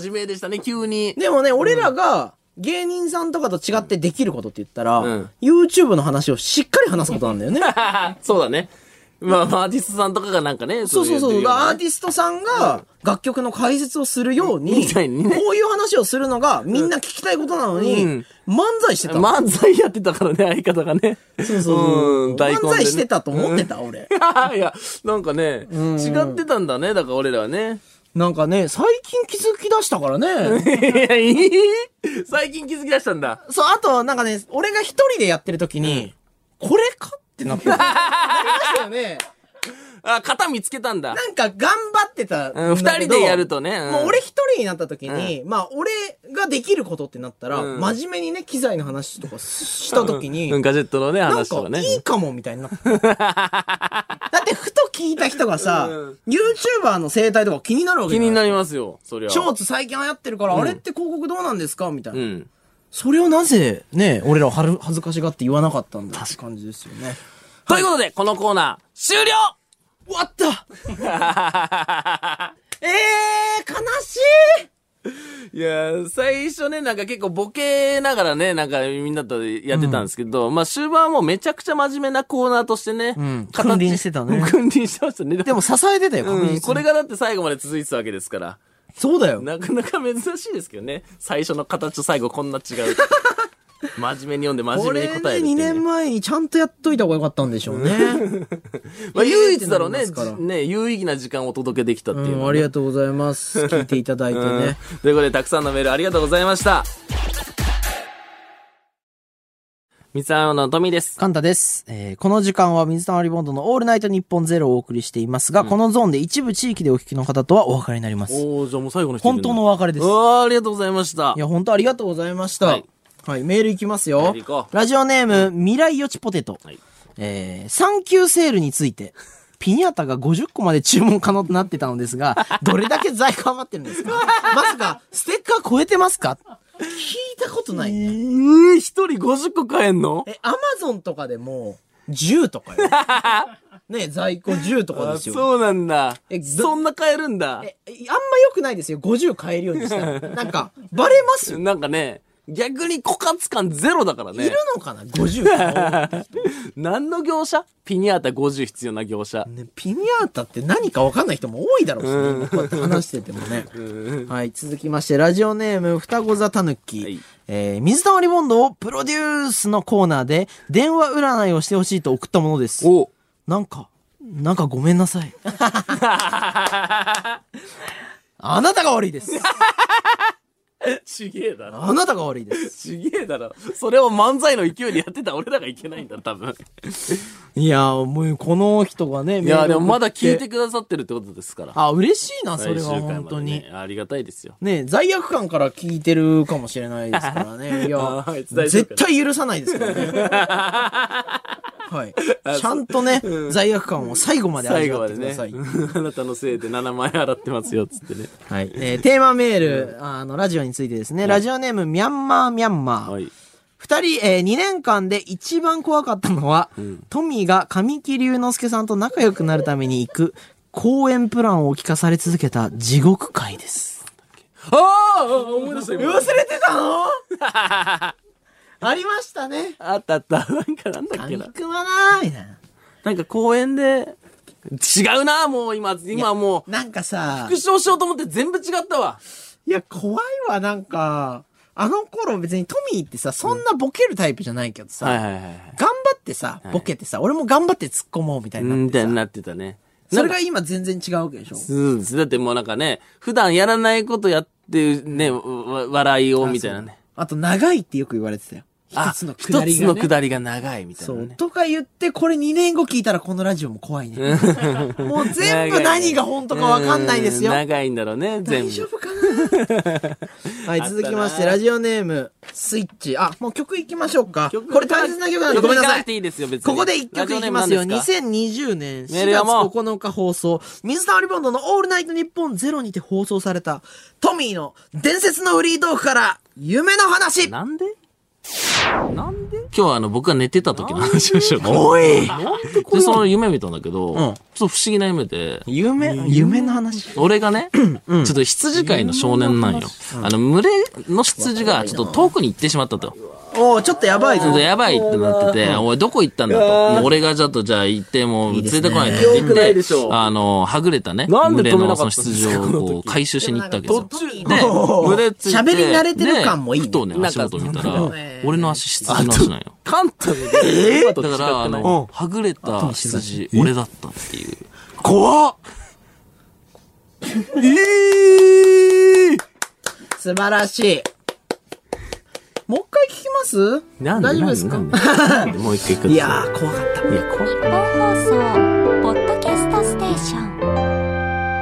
真面目でしたね、急に。でもね、俺らが、芸人さんとかと違ってできることって言ったら、ん YouTube の話をしっかり話すことなんだよね。 そうだね。まあ、まあアーティストさんとかがなんかね、そうそうそう。いだからアー言ってテるよねィストさんが楽曲の解説をするように、みたいにねこういう話をするのがみんな聞きたいことなのに、うん漫才してた。漫才やってたからね、相方がね。 そうそうそううん大根漫でね才してたと思ってた、俺。いや、なんかね、違ってたんだね、だから俺ら はね。なんかね、最近気づき出したからね。いやいい最近気づき出したんだ。そう、あと、なんかね、俺が一人でやってる時に、これかってな ってた。なりましたよね。あ、型見つけたんだ。なんか頑張ってたんだけど。うん二人でやるとねうんもう俺一人になった時に、まあ俺ができることってなったら、うん真面目にね、機材の話とかした時に、うん、ガジェットのね、なん話とかかね。いいかもみたいになった。だってふと聞いた人がさ、YouTuber の生態とか気になるわけ気じゃにないなりますよ、そりゃ。ショーツ最近流行ってるから、あれって広告どうなんですかみたいな。うん。それをなぜね、俺らはる恥ずかしがって言わなかったんだって感じですよね。ということで、このコーナー、終了終わ ったええー、悲しいいやー、最初ね、なんか結構ボケながらね、なんかみんなとやってたんですけど、まあ終盤はもうめちゃくちゃ真面目なコーナーとしてね、ん形君臨してたね 君臨してましたね。ででも支えてたよ、確実にうん、これがだって最後まで続いてたわけですから。そうだよ。なかなか珍しいですけどね。最初の形と最後こんな違う。 真面目に読んで真こ面目れにね、答えるって2いうね、年前にちゃんとやっといた方がよかったんでしょ うね。まあ、唯一だろうねってなりますからじね、有意義な時間をお届けできたっていうのはね、うん、ありがとうございます。聞いていただいてうんね。ということで、たくさんのメールありがとうござい ました。三沢の富です。カンタです。えーこの時間は水溜りボンドのオールナイト日本ゼロをお送りしていますが、このゾーンで一部地域でお聞きの方とはお別れになります。おー、じゃあもう最後の人いる本んだ当のお別れです。うわーありがとうございましたい。いや、本当ありがとうございました。ははいい。メールいきますよメール。行こうラジオネーム、未来よちポテト。はいえー、サンキューセールについて、ピニャタが50個まで注文可能となってたの ですが、どれだけ在庫余ってるんですかまさか、ステッカー超えてますか聞いたことないね。うー、一人50個買えんのえ、アマゾンとかでも、10とか よ。ね、在庫10とかあですよ。そうなんだ。えどそんな買えるんだ。え、あんま良くないですよ。50買えるようにした ら。なんか、バレますよ。なんかね、逆に枯渇感ゼロだからいねる。のかな ?50 買おう何の業者ピニャータ50必要な業者。ね、ピニャータって何か分かんない人も多いだろうしね、今こうやって話してても ね。はい、続きまして、ラジオネーム、双子座たぬき。はいえー、水溜りボンドをプロデュースのコーナーで、電話占いをしてほしいと送ったものです。おなんか、なんかごめんなさい。あなたが悪いです。ちげえだろ。あなたが悪いです。ちげえだろ。それを漫才の勢いでやってた俺らがいけないんだ、多分。いやー、もうこの人がね、いや、でもまだメー聞ルい送ってくださってるってことですから。あ、嬉しいな、そ最れ終は回までね本当に。。ありがたいですよ。ね、罪悪感から聞いてるかもしれないですからね。いやああいつ、大丈夫か絶対許さないですからね。はい。ちゃんとね、罪悪感を最後まで最味後わまってでくだね。さい。 あなたのせいで7万円払ってますよ、つってね。はい。えーテーマメール、あの、ラジオについてですね。ラジオネーム、ミャンマーミャンマ はー。い。二人、えー、2年間で一番怖かったのは、トミーが神木隆之介さんと仲良くなるために行く、公演プランを聞かされ続けた地獄会です。ああ思い出した、今。忘れてたのありましたね。あったあった。 なんかなんだっ神けな。木はなーみたいな。なんか公園で、違うな、もう今、今もう、なんかさ、復唱しようと思って全部違ったわ。いや、怖いわ、なんか。あの頃別にトミーってさ、そんなボケるタイプじゃないけどさ、はいはいはいはい。頑張ってさ、ボケてさ、俺も頑張って突っ込もうみたいになっみてたさいになってたね。それが今全然違うわけでしょそうです。だってもうなんかね、普段やらないことやってね、わ笑いをみたいなね。あと、長いってよく言われてたよ。一つのくだ一りつが、のね。下りが長いみたいそなう。ね。とか言って、これ2年後聞いたらこのラジオも怖いね。もう全部何が本当かわかんないですよう。長いんだろうね、全大丈部。夫かなはい、 続きまして、ラジオネーム、スイッチ。あ、もう曲いきましょうか。これ大切な曲なんでごめんなさい。ていいですよ、別に。ここで一曲いきますよ。2020年4メール月はもう9日放送、水溜りボンドのオールナイトニッポンゼロにて放送された、トミーの伝説のフリートークから、夢の話なんでなんで今日はあの、僕が寝てた時の話をしようかな。おいで、その夢見たんだけど、んちょっと不思議な夢で、夢、夢の話。俺がね、ちょっと羊飼いの少年なんよ。あの、群れの羊がちょっと遠くに行ってしまったと。おおちょっとやばいちょっぞと。やばいってなってて、おい、どこ行ったんだと。もう俺がちょっと、じゃあ行って、もう連れてこないとって言よくないっでしてょ、あの、はぐれたね、なん群でれ止めなのかそったんのです出か場を回収しに行ったわけですよ。途中で、 群れついて。喋り慣れてる感もいいねでふとね、足元見たら、俺の足羊の足なんよ。簡単で、今と違だってから、あない。の、はぐれた羊、俺だったっていう。怖っえー素晴らしい。もう一回聞きますなんで大丈夫ですかなんでなんでもう一回行くいやー、怖かった。いや、怖日い。本放送ポッドキャストステーション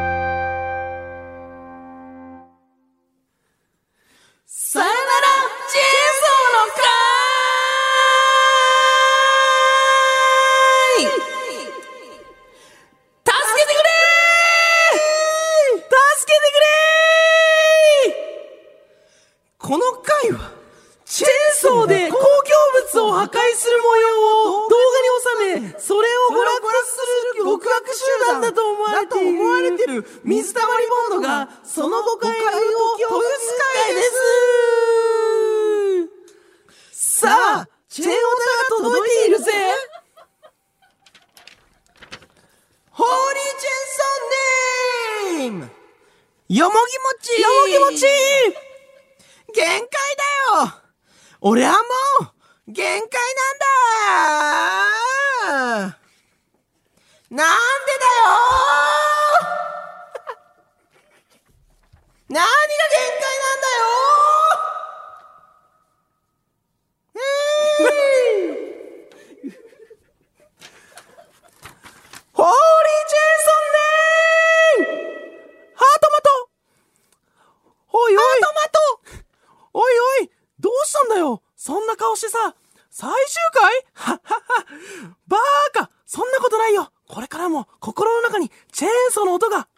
さよなら、チェーンソーの会助けてくれ助けてくれこの回は、チェーンソーで公共物を破壊する模様を動画に収め、それを娯楽化する極悪集団だと思われている水溜りボンドが、その誤解を解く回ですさあ、チェーンオタが届いているぜホーリーチェーンソーネームよもぎもちよもぎもち限界だよ俺はもう、限界なんだなんでだよ 何が限界なんだよえいホーリー・ジェイソンねハートマトおいおいハートマトおいおい、どうしたんだよそんな顔してさ、最終回 はっはっはバーカそんなことないよこれからも心の中にチェーンソーの音が、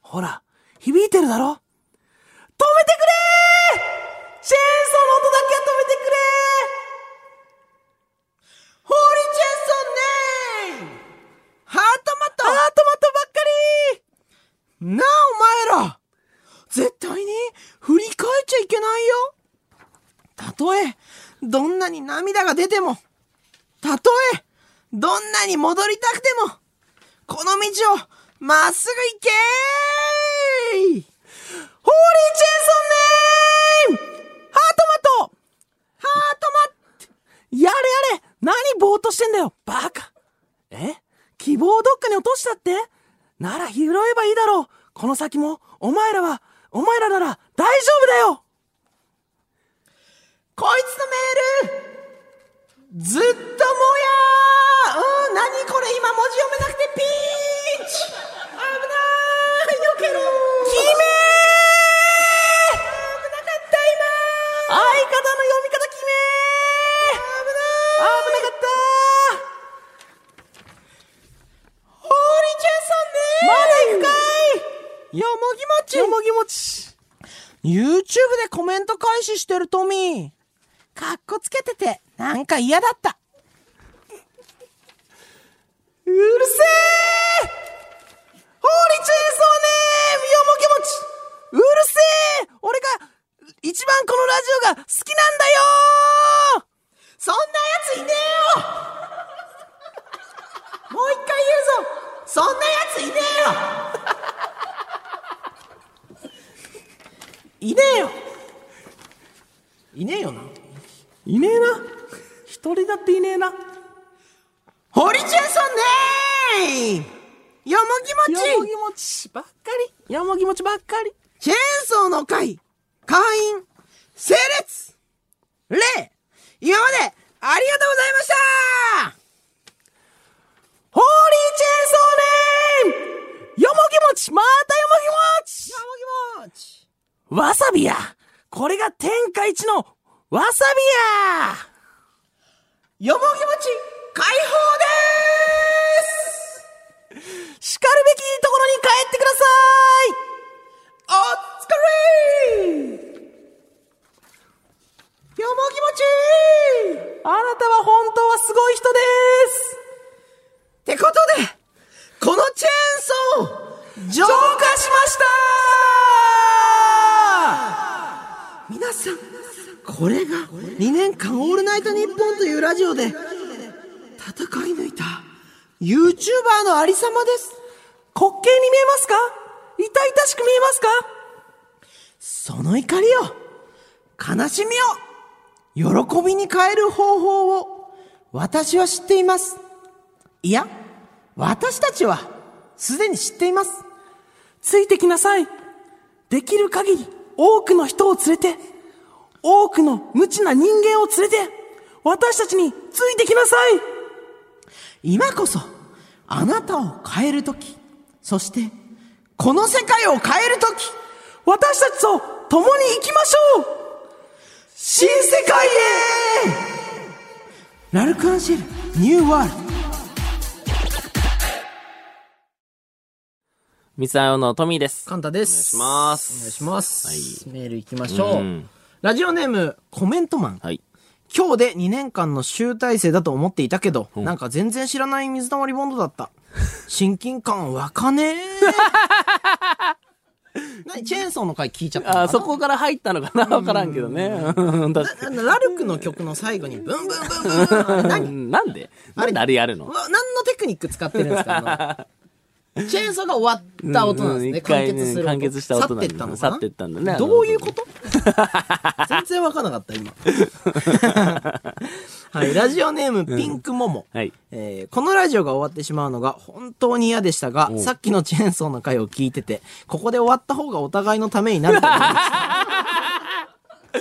ほら、響いてるだろ止めてくれーチェーンソーの音だけは止めてくれーホーリーチェーンソーねーハートマトハートマトばっかりーなあ、お前ら絶対に振り返っちゃいけないよ。たとえ、どんなに涙が出ても、たとえ、どんなに戻りたくても、この道をまっすぐ行けーホーリーチェンソンネームハートマトハートマやれやれ何ぼーっとしてんだよバカえ希望をどっかに落としたってなら拾えばいいだろうこの先も、お前らは、お前らなら大丈夫だよこいつのメールずっともやーうん、何これ今文字読めなくてピーチ危ない避けろ決めー危なかった今相方の読み方決めー危ない危なかったーホーリーチェンソンねまだ行くかいよもぎもちよもぎもち YouTube でコメント開始してるトミーかっこつけててなんか嫌だったうるせえホーリーチェンソーねよもぎもちうるせえ俺が一番このラジオが好きなんだよそんなやついねえよもう一回言うぞそんなやついねえよいねえよいねえよないねえな一人だっていねえな堀ちゃんさんねーよもぎもちよもぎもちばっかり。よもぎもちばっかり。チェーンソーの会、会員、整列礼今までありがとうございましたホーリーチェーンソーネームよもぎもちまたよももぎもちぎもちわさびやこれが天下一のわさよもぎもち解放びやしかるべきところに帰ってくださいよもぎもちあなたは本当はすごい人ですってことで、このチェーンソー、浄化しました皆さん、これが2年間「オールナイトニッポン」というラジオで戦い抜いた YouTuber のありさまです滑稽に見えますか痛々しく見えますかその怒りを悲しみを喜びに変える方法を私は知っていますいや私たちはすでに知っていますついてきなさいできる限り多くの人を連れて多くの無知な人間を連れて私たちについてきなさい今こそあなたを変えるときそしてこの世界を変えるとき私たちと共に生きましょう新世界へラルク・アンシェルニューワールドミサヨのトミーです。カンタです。お願いしますお願いします。メール行きましう。ょうんラジオネーム、コメントマン。はい。今日で2年間の集大成だと思っていたけど、なんか全然知らない水溜りボンドだった。親近感湧か ねえ。何チェーンソーの回聞いちゃったのかなあ、そこから入ったのかなわからんけどね。うん 確かなラルクの曲の最後にブンブンブンブンブンあれにう何んなんでなんであれやるのうわ何のテクニック使ってるんです かあのチェーンソーが終わった音なんですうんうんね。一完回ね結する音。完結した音な去んだってったのかな去ってったんだねどういうこと 全然わかんなかった、 今。はい、ラジオネーム、ピンクモモ。はい。えーこのラジオが終わってしまうのが本当に嫌でしたが、さっきのチェーンソーの回を聞いてて、ここで終わった方がお互いのためになると思いました。 あ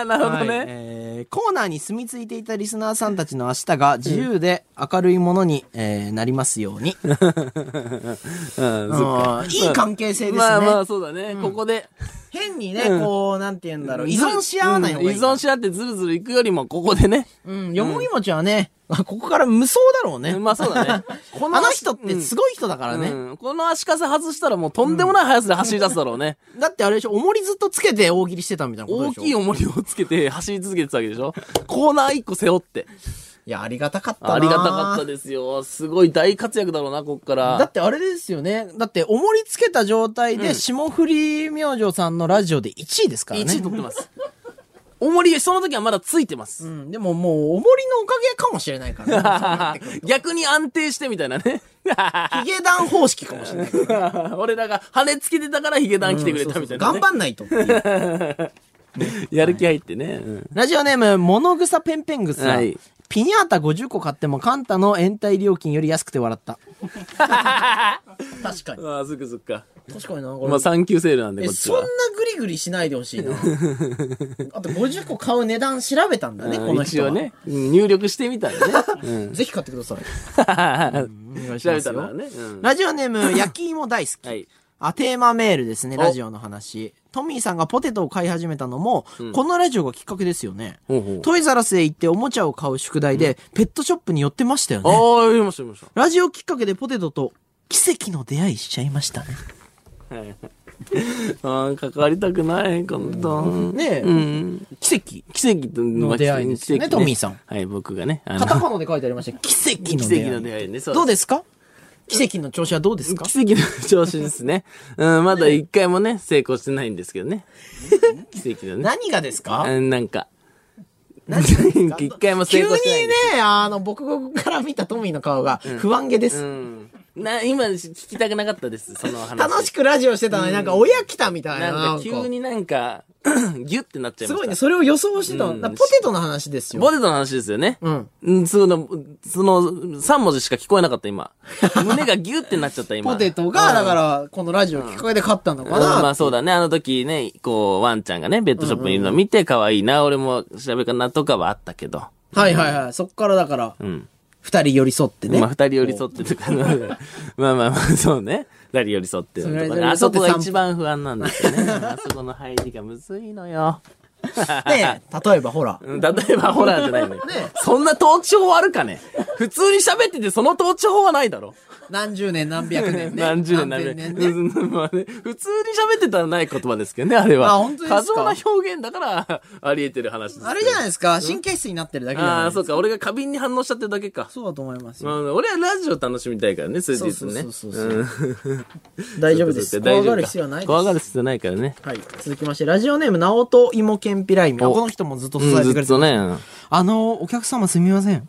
あ、なるほどはいね。えーコーナーに住み着いていたリスナーさんたちの明日が自由で明るいものに、えーなりますよう に。うんあーいい関係性ですね。まあまあ、そうだね。ここで。変にね、こう、なんて言うんだろう。依存し合わない方うんが依いいかな。存し合ってずるずる行くよりも、ここでね。うん、よもぎもちはね、あここから無双だろうね。まあそ うだね。あの人ってすごい人だからね。うんこの足かせ外したらもうとんでもない速さで走り出すだろうね。だってあれでしょ、重りずっとつけて大喜利してたみたいなこと大でしょ。きいい重りをつけて 走り続けてたわけでしょコーナー1個背負って。や、ありがたかったな。ありがたかったですよ。すごい大活躍だろうな、こっかだっら。てあれですよね。だって、重りつけた状態で、霜降り明星さんのラジオで1位ですからね。 1位取ってます。重り、その時はまだついてます。うん、でももう、おもりのおかげかもしれない からねそうなってくると。 逆に安定してみたいなね。ヒ ゲダン方式かもしれないからね。俺らが跳ねつけてたからヒゲダン来てくれたみたいな、ね頑張んないとっていう。やる気入ってね。うんラジオネーム、物草ペンペングスさんはいピニャータ50個買ってもカンタの延滞料金より安くて笑った。確かに。ああ、そっかそっか。確かにな、これ。まあ、3級セールなんで、えこっちそんなは。グリグリしないでほ しいな。あと50個買う値段調べたんだね、うんこの一人応は。ね、うん入力してみた んでね。ぜひ買ってください。 お願いし調まべすたらよ。ね。うんラジオネー ム、焼き芋大好き。はい。あ、テーマメールですね、ラジオの話。トミーさんがポテトを買い始めたのも、このラジオがきっかけですよね。ほうほうトイザらスへ行っておもちゃを買う宿題で、ペットショップに寄ってましたよああ、ね。読みました、読みましラジオきっかけでポテトと奇跡の出会いしちゃいましたね。た。はい。ああ、関わりたくない、こんな。ねえ、うん。奇跡。奇跡とのの出会いですよねトミーさん。はい、僕がね。あカタのカナで書いてありました。奇跡の奇出会跡のい。出会いね。そどうでですか奇跡の調子はどうですかす奇跡の調子ですね。うん、まだ一回もね、成功してないんですけどね。奇跡のね。何がですかうんなんか。 一回も成急に功してないねんです。、あの、僕から見たトミーの顔が不安げです。うん。な、今聞きたくなかったです、その話。楽しくラジオしてたのになんか親来たみたいな。なんかなん急かになんか、 ギュってなっちゃいすましごた。いね、それを予想してたの。うんだからポテトの話ですポよ。テトの話ですよね。うん。うん、その、その、3文字しか聞こえなかった、今。 胸がギュってなっちゃった、今。ポテトが、だから、このラジオきっかけで勝ったのうかんまなあ。そうだね。あの時ね、こう、ワンちゃんがね、ベッドショップにいるの見て、可愛いな、俺も調べかなとかはあったけど。はいはいはい。そっからだからん、二人寄り添ってねまあ、。二人寄り添ってとか、まあ まあまあ、そうね。二人寄り添ってのとそかれね。あそこが一寄り添って散歩番不安なんですよね。 あそこの入りがむずいのよ。ね 例えばほら。うん例えばホラーじゃないのよ。そんな統治法あるかね普通に喋っててその統治法はないだろ。何十年何百年ね。何十年何何百千年。年うね。んまあね普通に喋ってたらない言葉ですけどね、あれは。あ本当ですか過剰な表現だから、あり得てる話です。あれじゃいないですか神経質になってるだけじゃあないあ、ですそかうか。俺が過敏に反応しちゃってるだけか。そうだと思いますまよ。あ、俺はラジオ楽しみたいからね、それで言うとね。そうそうそうそうん大丈夫です。大丈怖夫がかる必要はないです。怖がる必要ないからね。はい。続きまして、ラジオネーム、直人芋けんぴらいみ。あおこの人もずっと支えうてん、くれてずっとね。あの、お客様すみません。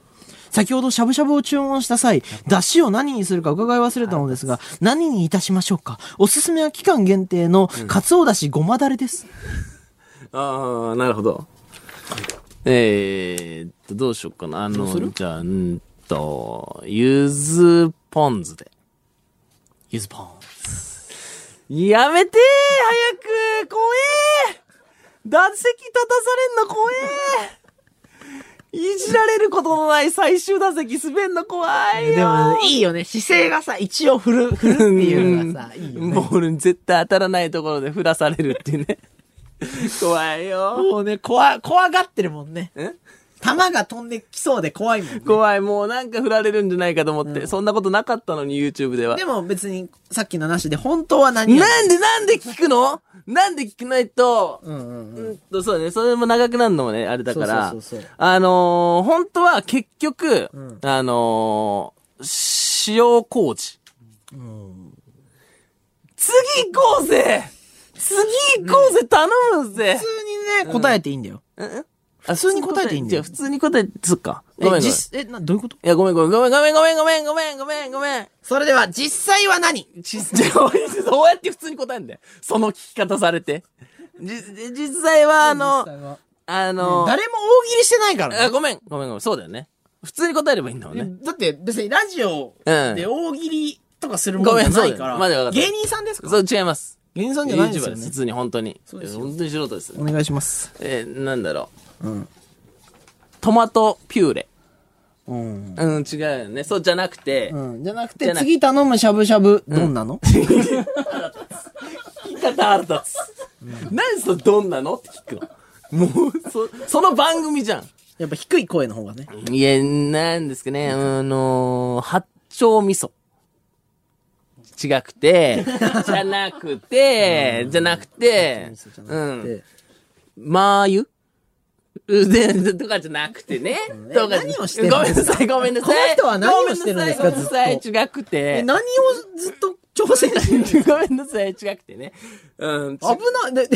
先ほどしゃぶしゃぶを注文した際、だしを何にするか伺い忘れたのですが、何にいたしましょうかおすすめは期間限定の、かつおだしごまだれです。ああ、なるほど。えーっと、どうしようかな。あの、じゃあ、うんと、ゆずポン酢で。ゆずぽん。やめてー早く怖えー打席立たされんの怖えーいじられることのない最終打席滑んの怖いよでも、いいよね。姿勢がさ、一応振る、 振るっていうのがさ、いいよね。ボールに絶対当たらないところで振らされるっていうね。怖いよ。もうね、怖、怖がってるもんね。え弾が飛んできそうで怖いもんね。怖い。もうなんか振られるんじゃないかと思って。そんなことなかったのに YouTube で は。でも別に、さっきの話で、本当は何やなんでなんで聞くのなんで聞かないと、うんうんうん。うんと、そうね。それも長くなるのもね、あれだから。そうそうそうそうあのー本当は結局、あのー、塩麹。次行こうぜ次行こうぜ頼むぜ、普通にね、答えていいんだよ。あ普通に答えていいんだよじゃあ普通に答え、そっか。ごめんごめん。え、い実、え、な、どういうことや、ごめんごめんごめんごめんごめんごめんごめんごめんごめん。それでは、実際は何ち、じゃあ、そうやって普通に答えんだよ。その聞き方されて。じ、実際はあの、あの、誰も大喜利してないからあね。ごめん、ごめん、ごめん、そうだよね。普通に答えればいいんだもんね。だって別にラジオうんで大喜利とかするもんじゃないか。ごめんそうだよまだわからった芸人さんですかそう、違います。芸人さんじゃないですよ YouTuber です。普ね。通に、本当に。そうですよ本当に素人です。お願いします。えー、なんだろう。うんトマトピューレ。うん。うん、違うよね。そうじゃなくて、うん。じゃなくじてゃ、なく次頼むしゃぶしゃぶ、どんなの聞き方腹立つ。何それ、どんなのって聞くの。もう、そ、その番組じゃん。 やっぱ低い声の方がね。いや、なんですかね、あのー、八丁味噌。違くて、 じゃなくて、じゃなくて、うん。でまあゆで、とかじゃなくてね。とか何をしてんのごめんなさい、ごめんなさい。この人は何をしてるんですかごめんなさい、ずごめんなさい違くえて。何をずっと挑戦してる ごめんなさい、違くてね。うん。危 ない。で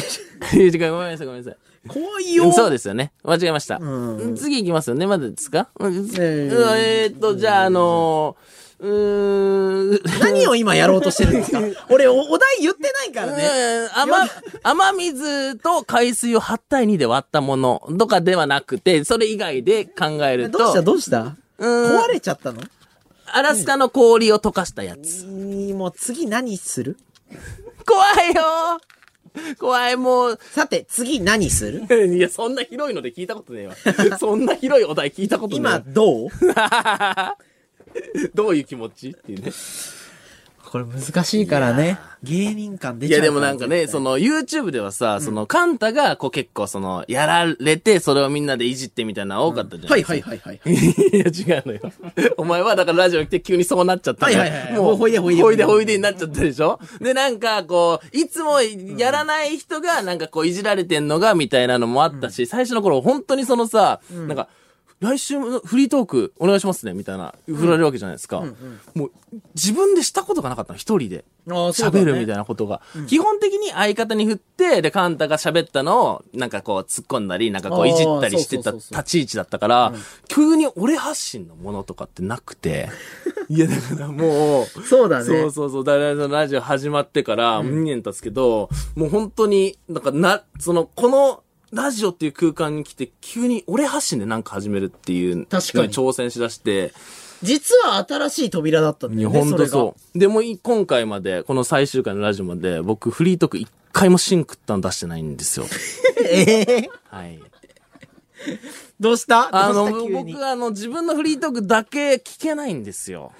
違う、ごめんなさい、ごめんなさい。怖いよ。そうですよね。間違えました。ん次行きますよね。まだですか、うんえーうんえーっと、じゃあ、あのー、うーん。何を今やろうとしてるんですか俺お、お題言ってないからね。 うん雨、雨水と海水を8対2で割ったものとかではなくて、それ以外で考えると。どうしたどうしたうん壊れちゃったのアラスカの氷を溶かしたやつ。いいもう次何する怖いよー怖い、もう。 さて、次何するいや、そんな広いので聞いたことね えわ。そんな広いお題聞いたことねえ今わ。 どうどういう気持ちっていうね。これ難しいからね。芸人感出いちゃうや、らでもなんかね、そ、の YouTube ではさ、そのカンタがこう結構その、やられて、それをみんなでいじってみたいなの多かったじゃん。はいはいはいはい。 いや、違うのよ。お前は、だからラジオ来て急にそうなっちゃったんだよ。はいはいはいもう、ほいでほいでほいでほいでになっちゃったでしょで、なんか、こう、いつもやらない人が、なんかこう、いじられてんのが、みたいなのもあったし、最初の頃、本当にそのさ、なんか、来週のフリートークお願いしますね、みたいな、振られるわけじゃないですか。もう、自分でしたことがなかったの、一人で。あそうだね喋るみたいなことが。基本的に相方に振って、で、カンタが喋ったのを、なんかこう、突っ込んだり、なんかこう、いじったりしてあーそうそうそたうそう立ち位置だったから、急に俺発信のものとかってなくて。 いや、だからもう、そうだね。そうそうそう、誰々のラジオ始まってから2年経つけど、もう本当に、なんかな、その、この、ラジオっていう空間に来て、急に俺発信でなんか始めるっていう、確かに挑戦しだして、実は新しい扉だったんだいや、よね。本当そそう。でもい、今回まで、この最終回のラジオまで、僕、フリートーク一回もシンクったの出してない んですよ。れが。えーはい。どうしたあどうのした、急に僕、あの、自分のフリートークだけ聞けないんで すよ。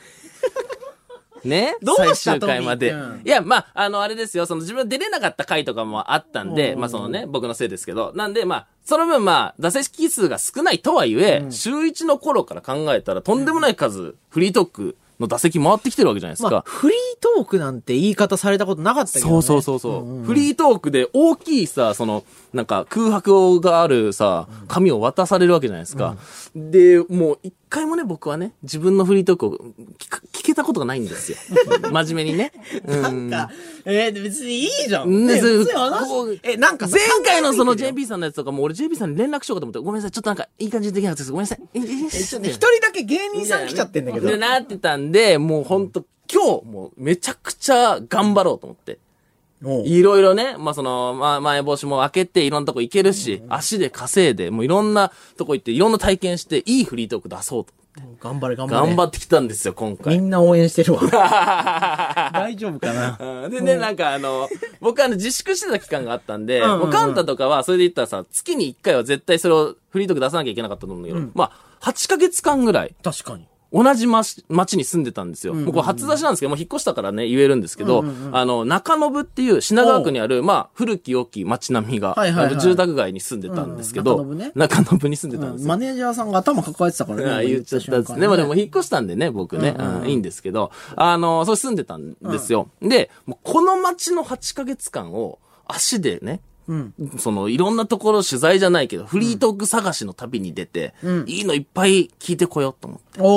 ねどうした最終回までトミー君。いや、まあ、あの、あれですよ、その自分出れなかった回とかもあったんで、うんまあ、そのね、僕のせいですけど、なんで、まあ、その分、まあ、打席数が少ないとはいえ、週1の頃から考えたら、とんでもない数、フリートークの打席回ってきてるわけじゃないですまあか、。フリートークなんて言い方されたことなかったけどね。そうそうそうそう、フリートークで大きいさ、その、なんか空白があるさ、紙を渡されるわけじゃないですか。で、もう一回もね、僕はね、自分のフリートークを聞か聞けたことがないんですよ。 真面目にね。うん。なんか、えー、別にいいじゃん。ねね、そう普通に話こうえ、なんかさ前回のそ考のえてる JP さんのやつとかも俺 JP さんに連絡しようかと思って、ごめんなさい、ちょっとなんかいい感じにできなかったです。ごめんなさい。え、よちょっとねえ一人だけ芸人さん来ちゃってんだけどで、。なってたんで、もうほんと、今日、もうめちゃくちゃ頑張ろうと思って。おういろいろね、まあ、その、まあ、前帽子も開けて、いろんなとこ行けるし、足で稼いで、もういろんなとこ行って、いろんな体験して、いいフリートーク出そうと。頑張れ、頑張れ。頑張ってきたんですよ、今み回。んな応援して るわ。大丈夫かなうん でね、なんかあの、僕あの自粛してた期間があったんで、んうんうんもうカンタとかは、それで言ったらさ、月に1回は絶対それをフリートーク出さなきゃいけなかったと思うんだけど、まあ、8ヶ月間ぐらい、確かに。同じ町町に住んでたんですよ。もうこれ初出しなんですけど、もう引っ越したからね、言えるんですけど、あの、中延っていう品川区にある、まあ、古き良き町並みはが、いはいはいあの住宅街に住んでたんですけど、うんうん中延ね中延に住んでたんですよ。マネージャーさんが頭抱えてたからね。あ今言っちゃったんです瞬間ね。まあでも引っ越したんでね、僕ね。うんいいんですけど、あの、そう住んでたんですよ。で、もうこの街の8ヶ月間を足でね、そのいろんなところ取材じゃないけど、フリートーク探しの旅に出て、いいのいっぱい聞いてこようと思って。お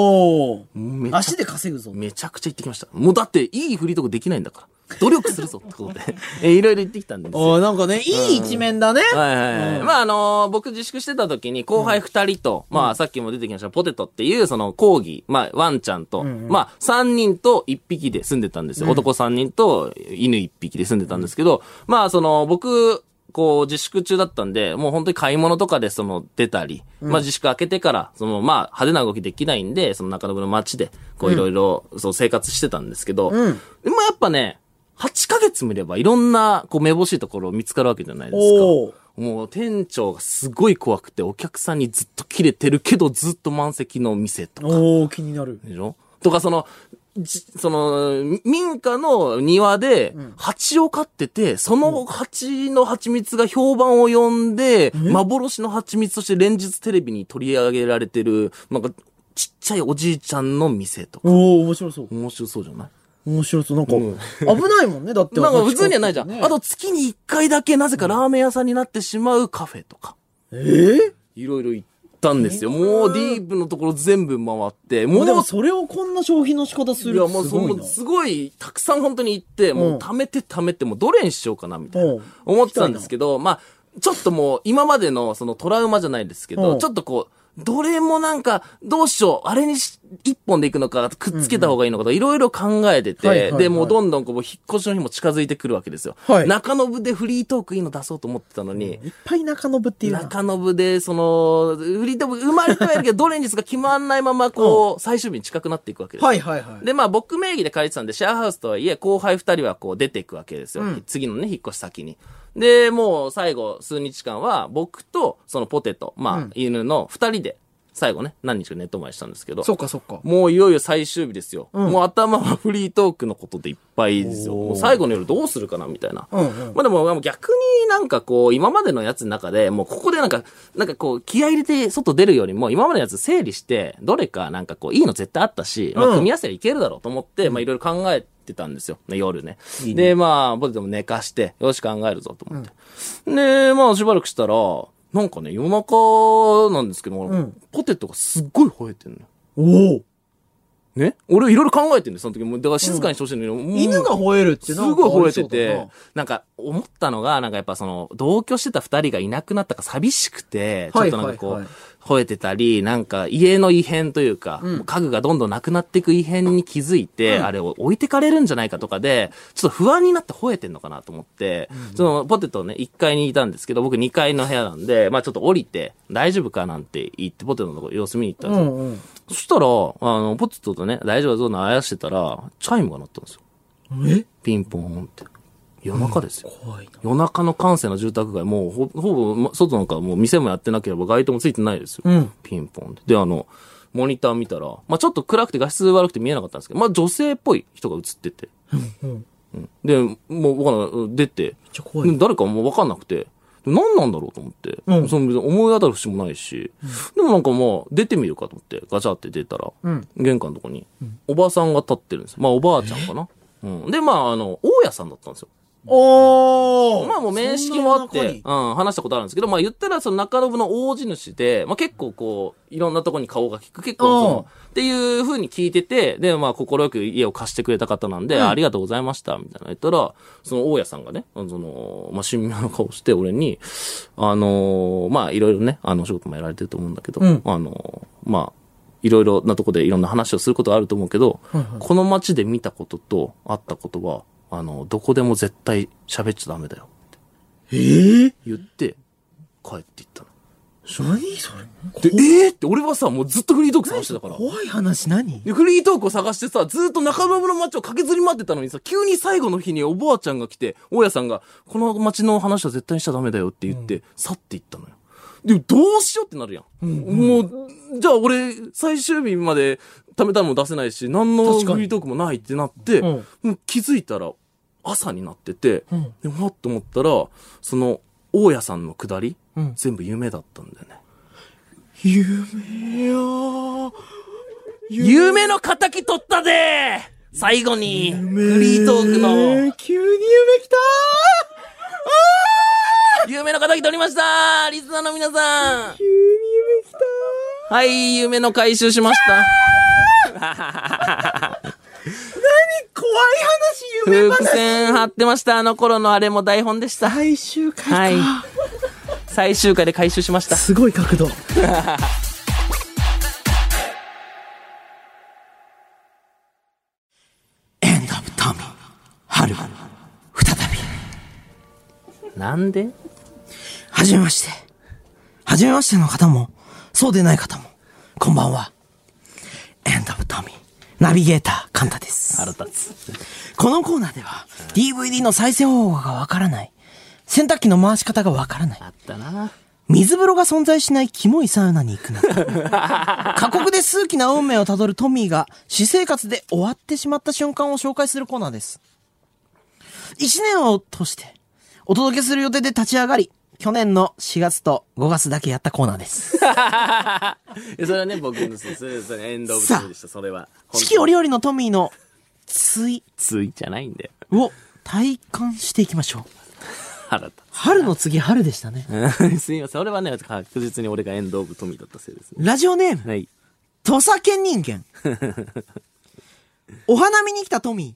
お。めちゃ足で稼ぐぞ。めちゃくちゃ行ってきました。もうだって、いいフリートークできないんだから。努力するぞってことで。え、いろいろ行ってきたんですよ。おーなんかね、いい一面だね。はいはいはい。まああのー僕自粛してた時に後輩二人と、まあさっきも出てきましたポテトっていうその講義、まあワンちゃんと、まあ三人と一匹で住んでたんですよ。男三人と犬一匹で住んでたんですけど、まあその僕、こう自粛中だったんで、もう本当に買い物とかでその出たり、まあ自粛明けてから、そのまあ派手な動きできないんで、その中野の街で、こういろいろそう生活してたんですけど、でもやっぱね、8ヶ月もいればいろんなこうめぼしいところ見つかるわけじゃないですか。おーもう店長がすごい怖くて、お客さんにずっと切れてるけど、ずっと満席の店とか。おお気になる。でしょとか、その、じその、民家の庭で、蜂を飼ってて、その蜂の蜂蜜が評判を呼んで、幻の蜂蜜として連日テレビに取り上げられてる、なんか、ちっちゃいおじいちゃんの店とか。おお面白そう。面白そうじゃない面白そう。なんか、危ないもんね、だって。なんか普通にはないじゃん。ねあ、と月に1回だけなぜかラーメン屋さんになってしまうカフェとか。えいろいろ行ったんですよ。もうディープのところ全部回って、もえう、でもそれをこんな消費の仕方すいるやってもうすそごいのな。すごい、たくさん本当に行って、もう貯めて貯めて、もうどれにしようかな、みたいなうん。思ってたんですけど、まあ、ちょっともう今までのそのトラウマじゃないですけうど、んちょっとこう、どれもなんか、どうしよう、あれにし一本で行くのか、くっつけた方がいいのかとか、いろいろ考えてはいはいて、はいで、もうどんどんこう、引っ越しの日も近づいてくるわけですよ。はい中野部でフリートークいいの出そうと思ってたのに、いっぱい中延っていうな。中延で、その、フリートーク生まれてはいるけ ど、どれにするか決まんないまま、こう、最終日に近くなっていくわけです。はいはいはい。で、まあ僕名義で借りてたんで、シェアハウスとはいえ、後輩二人はこう出ていくわけですよ。次のね、引っ越し先に。で、もう最後数日間は、僕とそのポテト、まあ、犬の二人で、最後ね、何日か寝泊まりしたんですけど、そっかそっか。もういよいよ最終日ですよ。もう頭はフリートークのことでいっぱいですよ。もう最後の夜どうするかなみたいな。んまあでもまあ逆になんかこう、今までのやつの中で、もうここでなんか、なんかこう、気合い入れて外出るよりも、今までのやつ整理して、どれかなんかこう、いいの絶対あったし、まあ組み合わせはいけるだろうと思って、まあいろいろ考えてたんですよ。ね夜ね。で、まあ、ポテトも寝かして、よし考えるぞと思って。で、まあしばらくしたら、なんかね、夜中なんですけど、ポテトがすっごい吠えてんのよ。おおね俺いろいろ考えてんだよ、その時。もうだから静かにしてほしいのに、もう犬が吠えるってすなんかごい吠えてありそうだてな、なんか思ったのが、なんかやっぱその、同居してた二人がいなくなったから寂しくて、ちょはっいとなんかこう、はいはい吠えてたり、なんか家の異変というか、もう家具がどんどんなくなっていく異変に気づいて、あれを置いてかれるんじゃないかとかで、ちょっと不安になって吠えてんのかなと思って、そのポテトね、1階にいたんですけど、僕2階の部屋なんで、まあちょっと降りて、大丈夫かなんて言って、ポテトのとこ様子見に行ったんですよ。うんうん。そしたら、あの、ポテトとね、大丈夫そうなのあやしてたら、チャイムが鳴ったんですよ。えピンポーンって。夜中ですよ。怖いな。夜中の閑静な住宅街、もうほほぼ、ま外なんかもう店もやってなければ街灯もついてないですよ。んピンポンって。で、あの、モニター見たら、まあちょっと暗くて画質悪くて見えなかったんですけど、まあ女性っぽい人が映ってて。うんで、もうわかんない、出て、ちゃ怖いで誰かもうわかんなくて、何なんだろうと思って。うんその別に思い当たる節もないし。でもなんかまあ、出てみるかと思って、ガチャって出たら、うん玄関のとこに、おばさんが立ってるんですよ。まあ、おばあちゃんかな。うん。で、まあ、あの、大家さんだったんですよ。おーまあもう面識もあっそんなて、中うん、話したことあるんですけど、まあ言ったらその中信の大地主で、まあ結構こう、いろんなとこに顔が利く、結構そおうの、っていう風に聞いてて、で、まあ心よく家を貸してくれた方なんで、ありがとうございました、みたいな言ったら、その大家さんがね、その、まあ神妙な顔して俺に、あのーまあいろいろね、あの、お仕事もやられてると思うんだけど、うんあのーまあ、いろいろなとこでいろんな話をすることはあると思うけど、この街で見たことと会ったことは、あの、どこでも絶対喋っちゃダメだよ。言って、帰っていったの。何それで、えーって俺はさ、もうずっとフリートーク探してたから。怖い話何で、フリートークを探してさ、ずっと中野の街を駆けずり回ってたのにさ、急に最後の日におばあちゃんが来て、大家さんが、この街の話は絶対にしちゃダメだよって言って、去っていったのよ。でもどうしようってなるやん。もう、じゃあ俺、最終日まで貯めたのも出せないし、何の確かにフリートークもないってなって、うんもう気づいたら、朝になってて、うんで、わっと思ったら、その、大家さんの下り、うん全部夢だったんだよね。いやー夢の敵取ったで最後に、フリートークえのー、急に夢来た夢の敵取りましたリスナーの皆さんー急に夢来たはい、夢の回収しました。ー怖い話夢伏線張ってました。あの頃のあれも台本でした。最終回か、はい。最終回で回収しました。すごい角 度エンドオブトミー春再びなんではじめまして。はじめましての方も、そうでない方も、こんばんは。エンドオブトミー、ナビゲーター、カンタです。腹立つ。このコーナーでは、DVD の再生方法がわからない。洗濯機の回し方がわからない。あったな水風呂が存在しないキモいサウナに行くなど。過酷で数奇な運命をたどるトミーが、私生活で終わってしまった瞬間を紹介するコーナーです。一年を通して、お届けする予定で立ち上がり、去年の4月と5月だけやったコーナーです。えそれはね、僕の、それそれそれエンドオブトミーでした、それは。四季折々のトミーの、ついついじゃないんだよ。を体感していきましょう。腹立春の次春でしたね。つ。 すみません。俺はね、確実に俺がエンドオブトミーだったせいですね。ラジオネーム、はい。土佐犬人間。お花見に来たトミ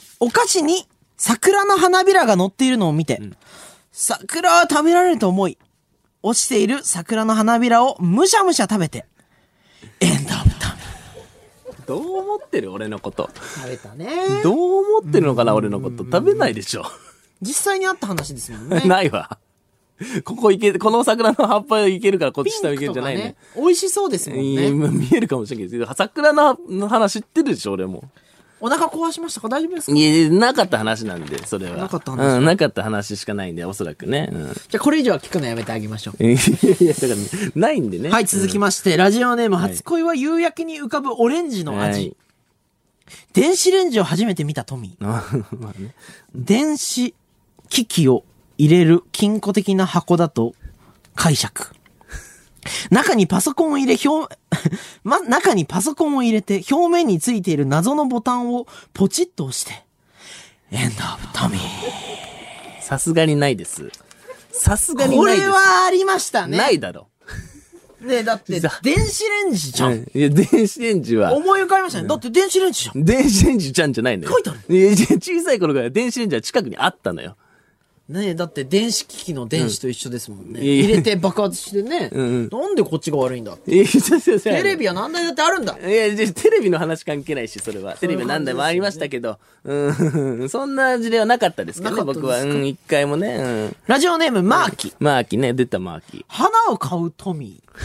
ー。お菓子に桜の花びらが乗っているのを見て、桜は食べられると思い、落ちている桜の花びらをむしゃむしゃ食べて、エンドオブトどう思ってる俺のこと。食べたね。どう思ってるのかな俺のこと。食べないでしょ。実際にあった話ですもん ね。ないわ。ここいけ、この桜の葉っぱいけるからこっちピ下ンいけクるとんじゃかないねね。。美味しそうですもんいやね。今見えるかもしれないけど、桜の葉の話知ってるでしょ俺も。お腹壊しましたか大丈夫ですかいや、なかった話なんで、それは。なかった話うん、なかった話しかないんで、おそらくね。うん。じゃあこれ以上は聞くのやめてあげましょう。いや、だから、ないんでね。はい、続きまして、ラジオネーム、初恋は夕焼けに浮かぶオレンジうんのは味。い。電子レンジを初めて見たトミー。 まあね。電子機器を入れる金庫的な箱だと解釈。中にパソコンを入れ表、 ま、中にパソコンを入れて表面についている謎のボタンをポチッと押して、エンドオブトミー。さすがにないです。さすがにこないれです。はありましたね。ないだろ。ねだって、電子レンジじゃ。うんんいや、電子レンジは。思い浮かびましたね。だって電子レンジじゃん。電子レンジちゃんじゃないのよ。書いてあるいやいや小さい頃から電子レンジは近くにあったのよ。ねえ、だって電子機器の電子と一緒ですもんね。んいやいや入れて爆発してね、んなんでこっちが悪いんだって。いやテテレビは何台だってあるんだ。いや、じゃテレビの話関係ないし、それは。テレビは何台もあそういりうま感したけど。うん。 そんな事例はなかったですけどね、なかったです僕かは。うん、一回もね。うん。ラジオネーム、マーキ。マーキね、出たマーキ。花を買うトミー。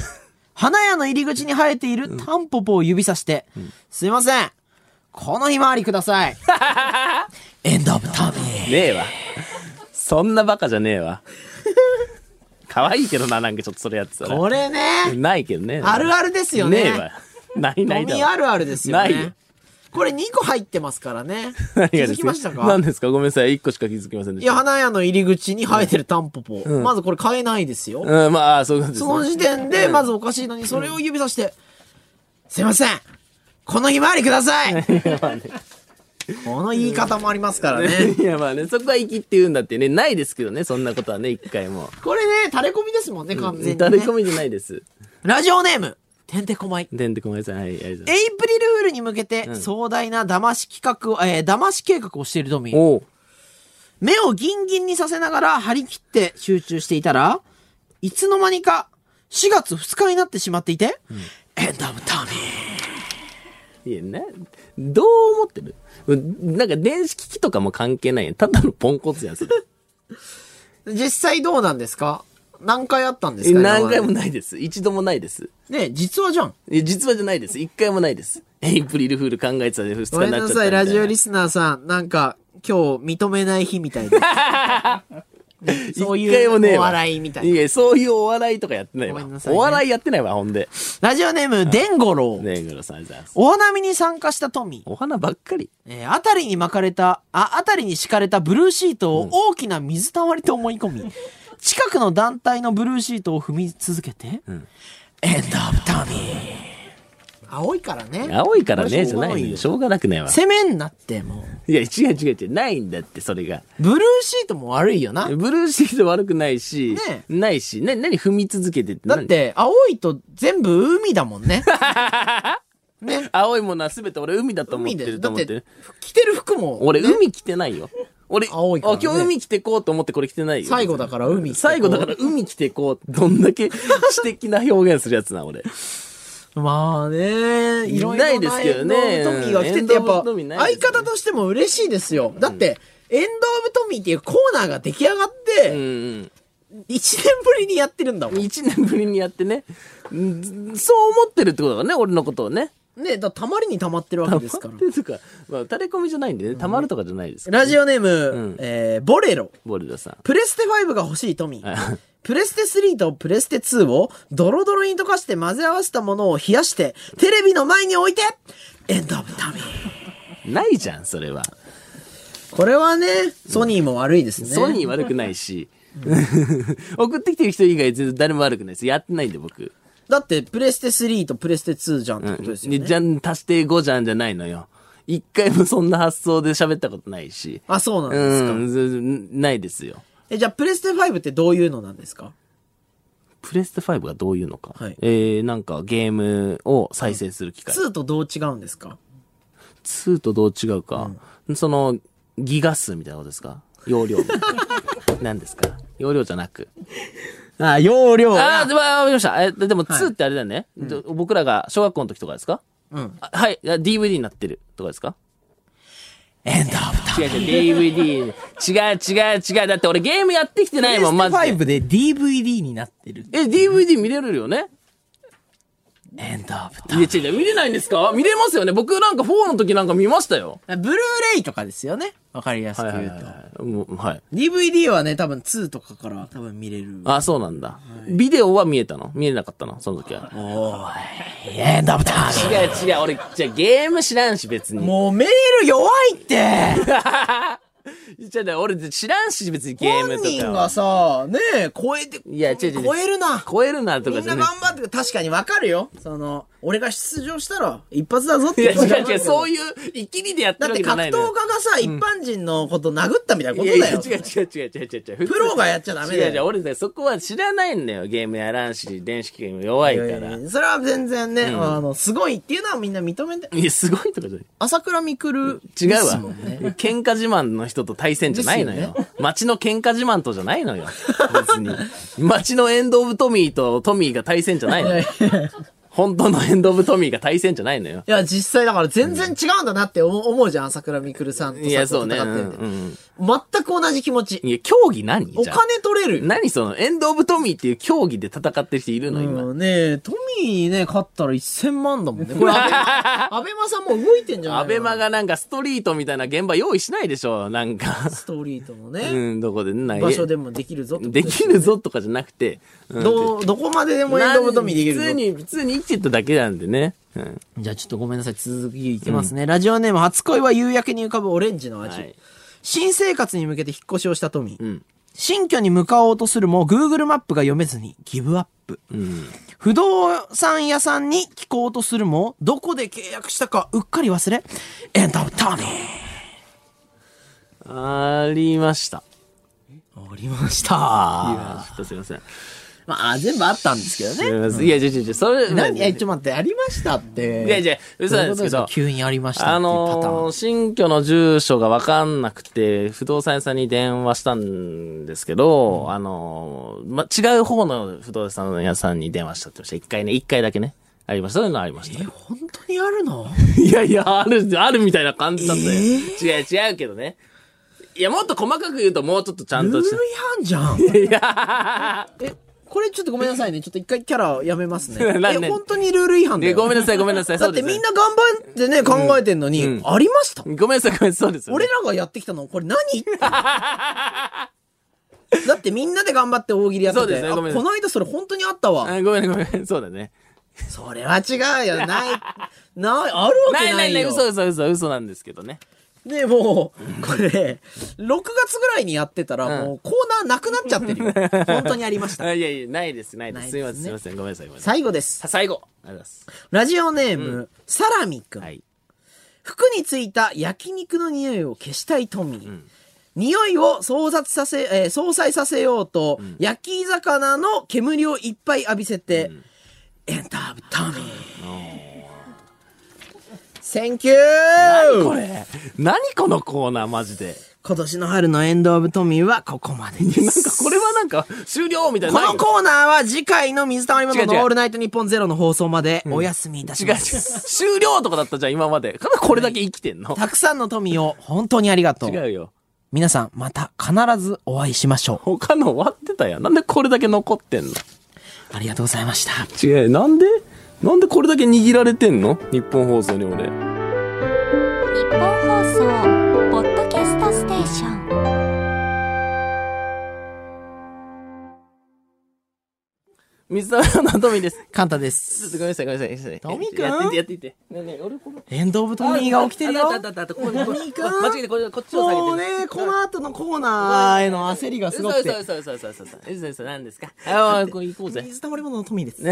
花屋の入り口に生えているタンポポを指さして、すいません。このひまわりください。 エンドオブトミー。ねえわ。そんなバカじゃねえわ。可愛いけどな、なんかちょっとそれやってたら。これね、ないけどね。あるあるですよねねえわ。ないなトいミだろ。ーあるあるですよないよね。これ2個入ってますから ね。何が気ですづきましたか何ですかごめんなさい。一個しか気づきませんでいした。や、花屋の入り口に生えてるタンポポ。んまずこれ買えないですよ。うん、まあ、そういうことです、ね。その時点で、まずおかしいのに、それを指さして、すいませんこのひまわりくださ いこの言い方もありますからね。いやまあね、そこは生きって言うんだってね、ないですけどね、そんなことはね、一回も。これね、垂れ込みですもんね、完全に、ね。誰込みじゃないです。ラジオネーム、てんてこまい。でんでごめんなさい。はい、ありがとうござエいイプリルフールに向けて壮大な騙し企画を、えー騙し計画をしているドミます。おう目をギンギンにさせながら張り切って集中していたら、いつの間にか4月2日になってしまっていて、エンダムタミいや、ね、どう思ってるうんなんか電子機器とかも関係ないやんただのポンコツやん、それ。ー。実際どうなんですか何回あったんでえすか何回もねないです。一度もないです。え、実はじゃん。いや実話じゃないです。一回もないです。エイプリルフール考えてたで、二日ごになめっんちなゃったさい、ラジオリススナーさん。なんか、今日認めない日みたいな。 ねそういうお笑いみたいいな。や、そういうお笑いとかやってないわ。ごめんなさいねお笑いやってないわ、ほんで。ラジオネーム、デンゴロウ。ねえ、グロさんありがとうございます。お花見に参加したトミー。お花ばっかり。えー、あたりに巻かれた、あ、あたりに敷かれたブルーシートを大きな水たまりと思い込み、 近くの団体のブルーシートを踏み続けて、エんンドオブタミー。青いからね。青いからね、じゃないのよよ。しょうがなくないわ。攻めんなってもいや、違う違う違う。ないんだって、それが。う、ブルーシートも悪いよな。ブルーシート悪くないし、ねないし、な、何踏み続けてってだっ何て、青いと全部海だもん ね。ね。青いものは全て俺海だと思っ海てで、るとだっ思っててる。、着てる服も、俺、海着てないよ。俺、青いからねあ今日海着てこうと思ってこれ着てないよ。最後だから海着てこう最後だから海着てこう。どんだけ私的な表現するやつな、俺。まあね、いろいろないですけどねエンド・オブ・トミーが来てて、やっエンドオぱ、ブトミーない相ですよね方としても嬉しいですよ。だって、エンド・オブ・トミーっていうコーナーが出来上がっうんて、うん。 1年ぶりにやってるんだもん。ね一年ぶりにやってね。んそう思ってるってことだね、俺のことをね。だからたまりにたまってるわけですからっ。ていうか、 まあ、垂れ込みじゃないんでね、たまるとかじゃないですからラジオネーム、んえー、ボレロ。ボルダさん。プレステ5が欲しいトミー。プレステ3とプレステ2をドロドロに溶かして混ぜ合わせたものを冷やして、テレビの前に置いて、エンド・オブ・トミー。ないじゃん、それは。これはね、ソニーも悪いですね。ソニー悪くないし。送ってきてる人以外全然誰も悪くないです。やってないんで僕。だって、プレステ3とプレステ2じゃんってことですよね。じゃん足して5じゃんじゃないのよ。一回もそんな発想で喋ったことないし。あ、そうなんうですか。ん、ずないですよ。え、じゃあ、プレステ5ってどういうのなんですかプレステ5がどういうのか。はいえー、なんかゲームを再生する機械。 ?2 とどう違うんですか2とどう違うか。その、ギガ数みたいなことですか容 量。何ですか容量じゃなく。あ、容量ああ、でも、あーわかりました。え、ででも、2ってあれだよね、ど僕らが小学校の時とかですかうん。あはい。あ DVD になってるとかですかエンドオブタ違う違う、DVD。違う違う違う。だって俺ゲームやってきてないもん、マジで。 5で DVD になってる。え、DVD 見れるよねエンドオブタいや違う違う、見れないんですか見れますよね。僕なんか4の時なんか見ましたよ。ブルーレイとかですよね。わかりやすく言うと。い。もうはい。 DVD はね、多分2とかから多分見れる。あ、そうなんだ。ビデオは見えたの見えなかったのその時は。エンドオブタ違う違う、俺、じゃあゲーム知らんし、別 に。もうメール弱いってじゃあ俺知らんし、別にゲーム本と人かがは。さ、ねえ、超えて、いや違う違う超えるな。超えるなとみかんじゃなね。頑張って、確かにわかるよ。その、俺が出場したら一発だぞっいて。や違 う違う、そういう。いう、生きりでやってだっるわてけじゃ格ない闘家のよがさ、一般人のこと殴ったみたいなこいとやだいや違よ。う違う違う違う違う違う。プロがやっちゃダメだよ違う違う、俺ね、そこは知らないんだよ。ゲームやらんし、電子ゲーム弱いから。いいややいやいやそれは全然ね、あの、すごいっていうのはみんな認めて。すごいとかじゃない。朝倉未来違でうわすもんね。。喧嘩自慢の人と対戦じゃないのですよよ。街の喧嘩自慢とじゃないのよ。別に。街のエンド・オブ・トミーとトミーが対戦じゃないのよ。本当のエンド・オブ・トミーが対戦じゃないのよ。いや、実際だから全然違うんだなって思う思うじゃん、朝倉未来さんとさいや、そうね。う戦んっててうん全く同じ気持ち。いや、競技何おじゃあ金取れるよ。何その、エンド・オブ・トミーっていう競技で戦ってる人いるの今。うんねえ、トミーね、勝ったら1000万だ もんね。これ、アベマアベマさんも動いてんじゃないアベマが。がなんかストリートみたいな現場用意しないでしょなんか。ストリートのうね、ん、どこでな場所でもできるぞってことできるぞとかじゃなくて。うんどう、どこまででもエンドオブトミーできる普通ぞ。に、普通に生きてただけなんでね。じゃあちょっとごめんなさい。続きいきますね。ラジオネーム、初恋は夕焼けに浮かぶオレンジの味。はい新生活に向けて引っ越しをしたトミー。ん新居に向かおうとするも、Google マップが読めずにギブアップ。不動産屋さんに聞こうとするも、どこで契約したかうっかり忘れ、エンタトミー。ありました。ありました。あちょっとすいません。まあ、全部あったんですけどすいね。ません。いや、じゃじゃじゃ、それ、何え、いちょ、待って、ありましたって。やいや、嘘なんですけどういうどこと。急にありましたあっていうパターン。のー新居の住所がわかんなくて、不動産屋さんに電話したんですけど、あのーま、違う方の不動産屋さんに電話したって言いました。一回ね、一回だけね。ありました。そういうのありました。本当にある のいやいや、ある、あるみたいな感じだったよ。違う、違うけどね。いや、もっと細かく言うともうちょっとちゃルーんとルし違て。反じゃん。いやえ、これちょっとごめんなさいね。ちょっと一回キャラやめます ね。なんでえ、本当にルール違反だでよ。ごめん なさい、ごめんなさい。だそっうてですねみんな頑張ってね、考えてんのに、うんありました。ごめんなさい、ごめんなさい。そうですよね、俺らがやってきたの、これ 何だってみんなで頑張って大喜利やってそうでて、すあねごこめんなさいの間それ本当にあったわ。あごめんごめん、そうだね。それは違う よ。ない、ない、あるわなけないいよ。ないない、嘘嘘嘘嘘なんですけどね。で、もう、これ、6月ぐらいにやってたら、もうコーナーなくなっちゃってるよ。本当にありまし あた。いやいや、ないです、ないでなす。いすいまでせん、すねすいません、ごめんなさい、ごめんなさい。最後ですさ。最後。ありがとうございます。ラジオネーム、サラミくん、はい服についた焼肉の匂いを消したいトミー。匂いを創殺させ、えー相殺させようと、焼き魚の煙をいっぱい浴びせて、エンターブトミー。センキューこれ、何このコーナー、マジで。今年の春のエンドオブトミーはここまでです。 なんか、これはなんか、終了みたいこな。のコーナーは次回の水溜りボンド違う違のうオールナイトニッポンゼロの放送までお休みいたし違う違まう。す。終了とかだったじゃん、今まで。これだけ生きてんの。たくさんの富を本当にありがとう。違うよ。皆さんまた必ずお会いしましょう。他の終わってたやん。なんでこれだけ残ってんのありがとうございました。違うなんでなんでこれだけ握られてんの日本放送に俺。日本放送ポッドキャストステーション水沢のトミです。カンタでちょす。っとごめんなさい、ごめんなさい。ごめんなさいトミ君やってて、やってて。ねえねえ俺これ。エンドオブトミーが起きてるよ。あったあったあった。ここここトミ君間違えて、これこっちを下げて。もうね、この後のコーナーへの焦りがすごく嘘て。嘘嘘嘘嘘嘘嘘嘘何ですかああこれ行こうぜ水溜りボンドのトミーです。メ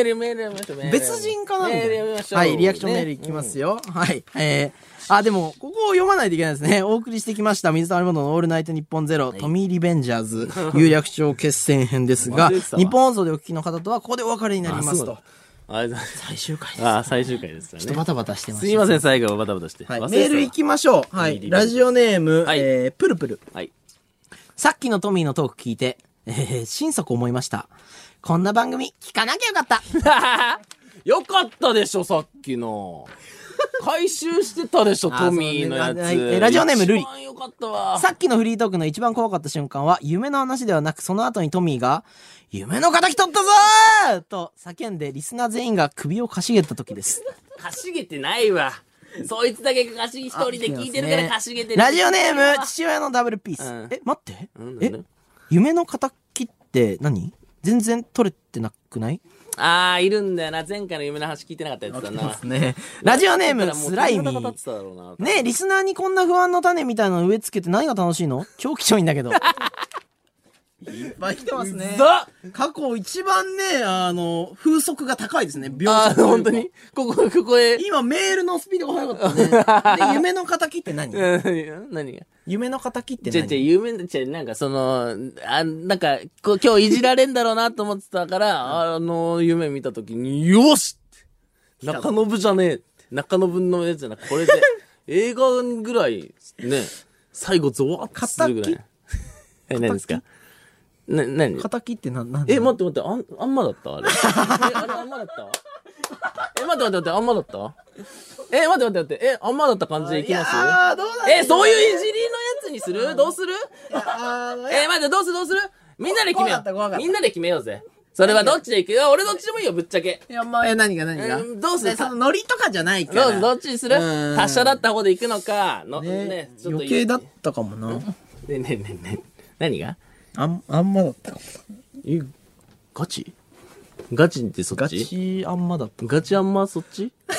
ールメールやめましょうメール別人かなんメールやめでましょうはい、リアクションメールねいきますよ。はい。えー、あ、でも、ここを読まないといけないですね。お送りしてきました、水溜りボンドのオールナイトニッポンゼロ、トミーリベンジャーズ、有楽町決戦編ですが、忘れ日てたわ本放送でお聞きの方とは、ここでお別れになりまあそすうだと。ありがとうございます最終回です。あ最終回ですよちょっとねバタバタしてますす。いません最後バタバタしてはい忘、れてたメール行きましょう。はトミーい。リベンジャーラジオネーム、はいえー、プルプル。はいさっきのトミーのトーク聞いて、えー、心底思いました。こんな番組、聞かなきゃよかった。よかったでしょさっきの回収してたでしょあートミーのやそうねあはついラジオネームルリ一番よかったわさっきのフリートークの一番怖かった瞬間は、夢の話ではなく、その後にトミーが、夢の敵取ったぞーと叫んで、リスナー全員が首をかしげた時です。かしげてないわそいつだけかし一人で聞いてるからかしげてるラジオネーム、父親のダブルピース。うんえ、待ってうんなん。だえ、夢の敵って何全然取れてなくないああいるんだよな前回の夢の話聞いてなかったやつだ なね。ラジオネーム、スライミもう戦っーて。ただろうなねえ、リスナーにこんな不安の種みたいなの植え付けて何が楽しい の超貴重いんだけど。いっぱい来てますねだ過去一番ね、あの、風速が高いですね、秒あ速。ー、本当にここ、ここへ。今メールのスピードが速か ったね。で、夢の敵って何うん 何が夢の敵ってじゃじゃ何有名な、じゃなんかその、あ、なんか、こう今日いじられんだろうなと思ってたから、あの、夢見たときに、よしって中信じゃねえって中信のやつじゃなくこ れで、映画ぐらい、ね、最後ゾワッとする ぐらい。え、何ですかな、何敵って何何え、待って待って、あん、あんまだったあれ。え、あれあんまだったえ、待って待って待って、あんまだったえ、待って待って待って、え、あんまだった感じでいきますあー、どうだえ、そういういじりのやつにするどうするあーえ、待って、どうするどうするみんなで決め怖よかった怖かったう。みんなで決めようぜ。それはどっちで行くよ俺どっちでもいいよ、ぶっちゃけ。いや、まあ、え、何が何がうんどうするねそのノリとかじゃないかどうら。どっちにするうん達者だった方で行くのか、の、ねね、ちょっと余計だったかもな。ねねねね何があん、あんまだったかも。え、ガチガチってそっガちチあんまだった。ガチあんまそっ ちガ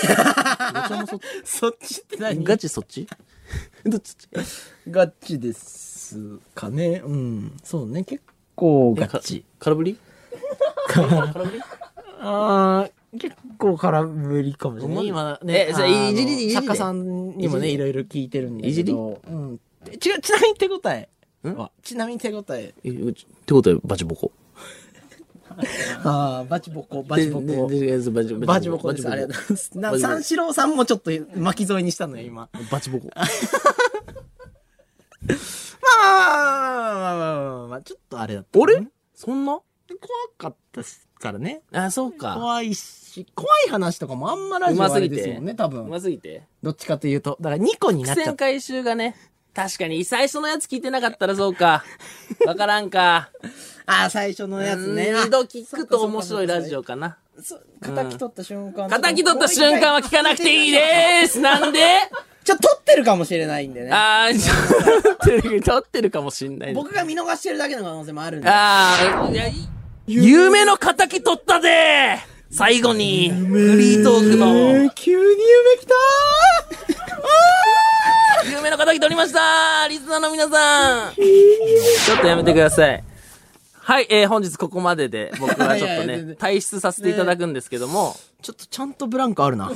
チあんまそっちそっちって何ガチそっちどっちガチですかね。うん。そうね、結構ガチ。空振りああ、結構空振りかもしれない。今ね、えそれあのいじりいじり作家さんにもね、いじりいろいろ聞いてるんだけど。いじりうん。えちな、ちなみに手応えんはちなみに手応え。えうちってことはバチボコ。ああ、バチボコ、バチボコ。でででバチボコ。バチボコです。ありがとうございます。なバチボコ三四郎さんもちょっと巻き添えにしたのよ、今。バチボコ。まあまあまあまあまあまあまあ、ちょっ とあれだった。俺そんな怖かったっすからね。あ、そうか。怖いし、怖い話とかもあんまラジオあれですもんね、多う分。ますぎて。どっちかというと。だから2個になっ苦ちゃった。戦回収がね。確かに、最初のやつ聞いてなかったらそ うか。わからんか。ああ、最初のやつね。二度聞くと面白いラジオかな。そう。叩き取った瞬間。叩き取った瞬間は聞かなくていいでーすなんでちょ、取ってるかもしれないんでね。あー、ちょっと、撮ってるかもしんない。僕が見逃してるだけの可能性もあるんで。あー、いや、い夢の敵取ったで最後に、フリートークの、急に夢来た夢の敵取りましたリスナーの皆さんちょっとやめてください。はい、えー、本日ここまでで、僕はちいょっとやいや全ね然、退出させていただくんですけども、 ちょっとちゃんとブランクあるな。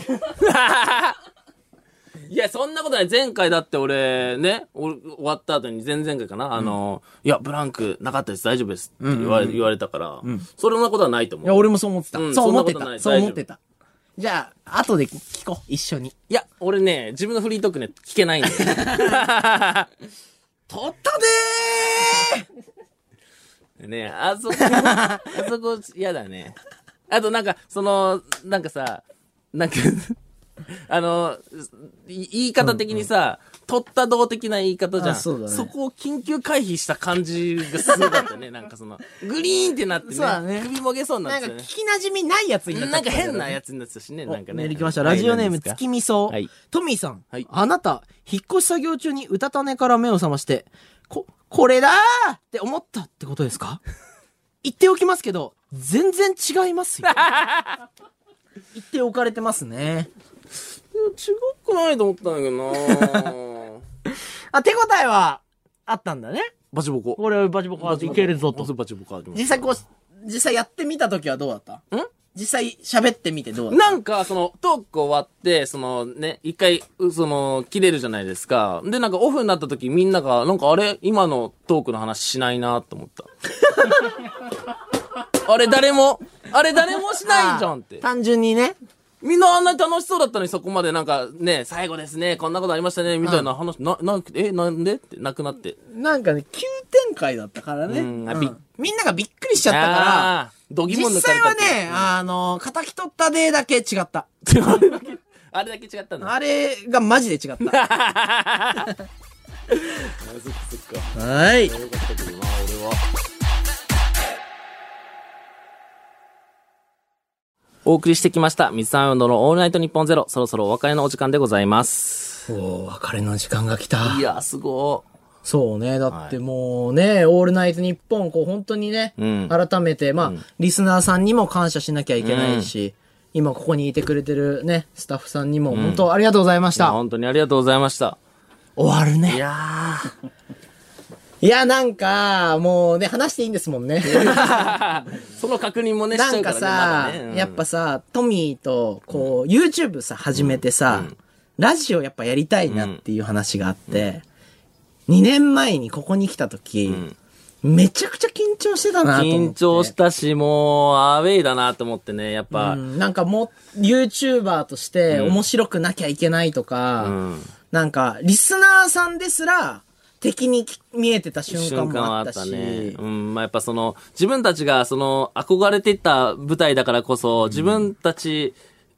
いや、そんなことない。前回だって俺、ね、俺終わった後に、前々回かな、あの、いや、ブランクなかったです、大丈夫ですって言われ,、言われたから、それんなことはないと思う。いや、俺もそう思ってた。うんそう思ってそんなことなた。いそう思ってた。じゃあ、後で聞こう。一緒に。いや、俺ね、自分のフリートークね、聞けないんだよ。 取ったでーねあそこ、あそこ、嫌だね。あとなんか、その、なんかさ、なんか、 あの、い言い方的にさ、取った道的な言い方じゃん。あそうだねこを緊急回避した感じがすごかっ たね。なんかその、グリーンってなってね、そうだね首もげそうにななっんてかたよ聞きね。馴染みないやつになっちゃなっんたけどかね変なやつになってたしね、なんかメーね。ル来ました。ラジオネーム、はい何ですか月見草はい。トミーさん。はいあなた、引っ越し作業中にうたた寝から目を覚まして、こ、これだーって思ったってことです か言っておきますけど、全然違い ますよ。言っておかれてますね。違くないと思ったんだけどなあ、手応えは、あったんだね。 バチボコ。これ、バチボコはいけるぞと。バチボコあります実際こう、実際やってみた時はどうだったん実際喋ってみてどうだっなんか、その、トーク終わって、そのね、一回、うその、切れるじゃないですか。で、なんかオフになった時みんなが、なんかあれ今のトークの話しないなと思った。 あれ誰も、あれ誰もしたないじゃんって。単純にね。みんなあんなに楽しそうだったのにそこまでなんかね、最後ですね、こんなことありましたね、みたいな話、な、な、え、なんでって、なくなって。なんかね、急展開だったからね。うんあうんびっみんながびっくりしちゃったから、あー、どぎも実抜か際れたはっていうね、あの、叩き取ったでだけ違った。あれだけ違ったんだ。あれがマジで違った。はい。お送りしてきました、水溜りボンドのオールナイトニッポンゼロ、そろそろお別れのお時間でございます。おお別れの時間が来たい。やー、すごそうね。だってもうね、オールナイトニッポン、こう本当にね、うん改めて、まあ、リスナーさんにも感謝しなきゃいけないし、今ここにいてくれてるね、スタッフさんにも本当ありがとうございましい。た。本当にありがとうございました。終わるね。いやー、いや、なんか、もうね、話していいんですも んね。その確認もね、し ちなゃんうかからね、さ、まだねうんやっぱさ、トミーと、こう、YouTube さ、始めてさ、ラジオやっぱやりたいなっていう話があって、2年前にここに来た時、めちゃくちゃ緊張してたなと思って。緊張したし、もう、アウェイだなと思ってね、やっぱ、うんなんかもう、YouTuber として面白くなきゃいけないとか、んなんか、リスナーさんですら、敵にき見えてた瞬間瞬間もはああっったたし、ね。うん、まあ、やっぱその、自分たちがその、憧れてた舞台だからこそ、自分たち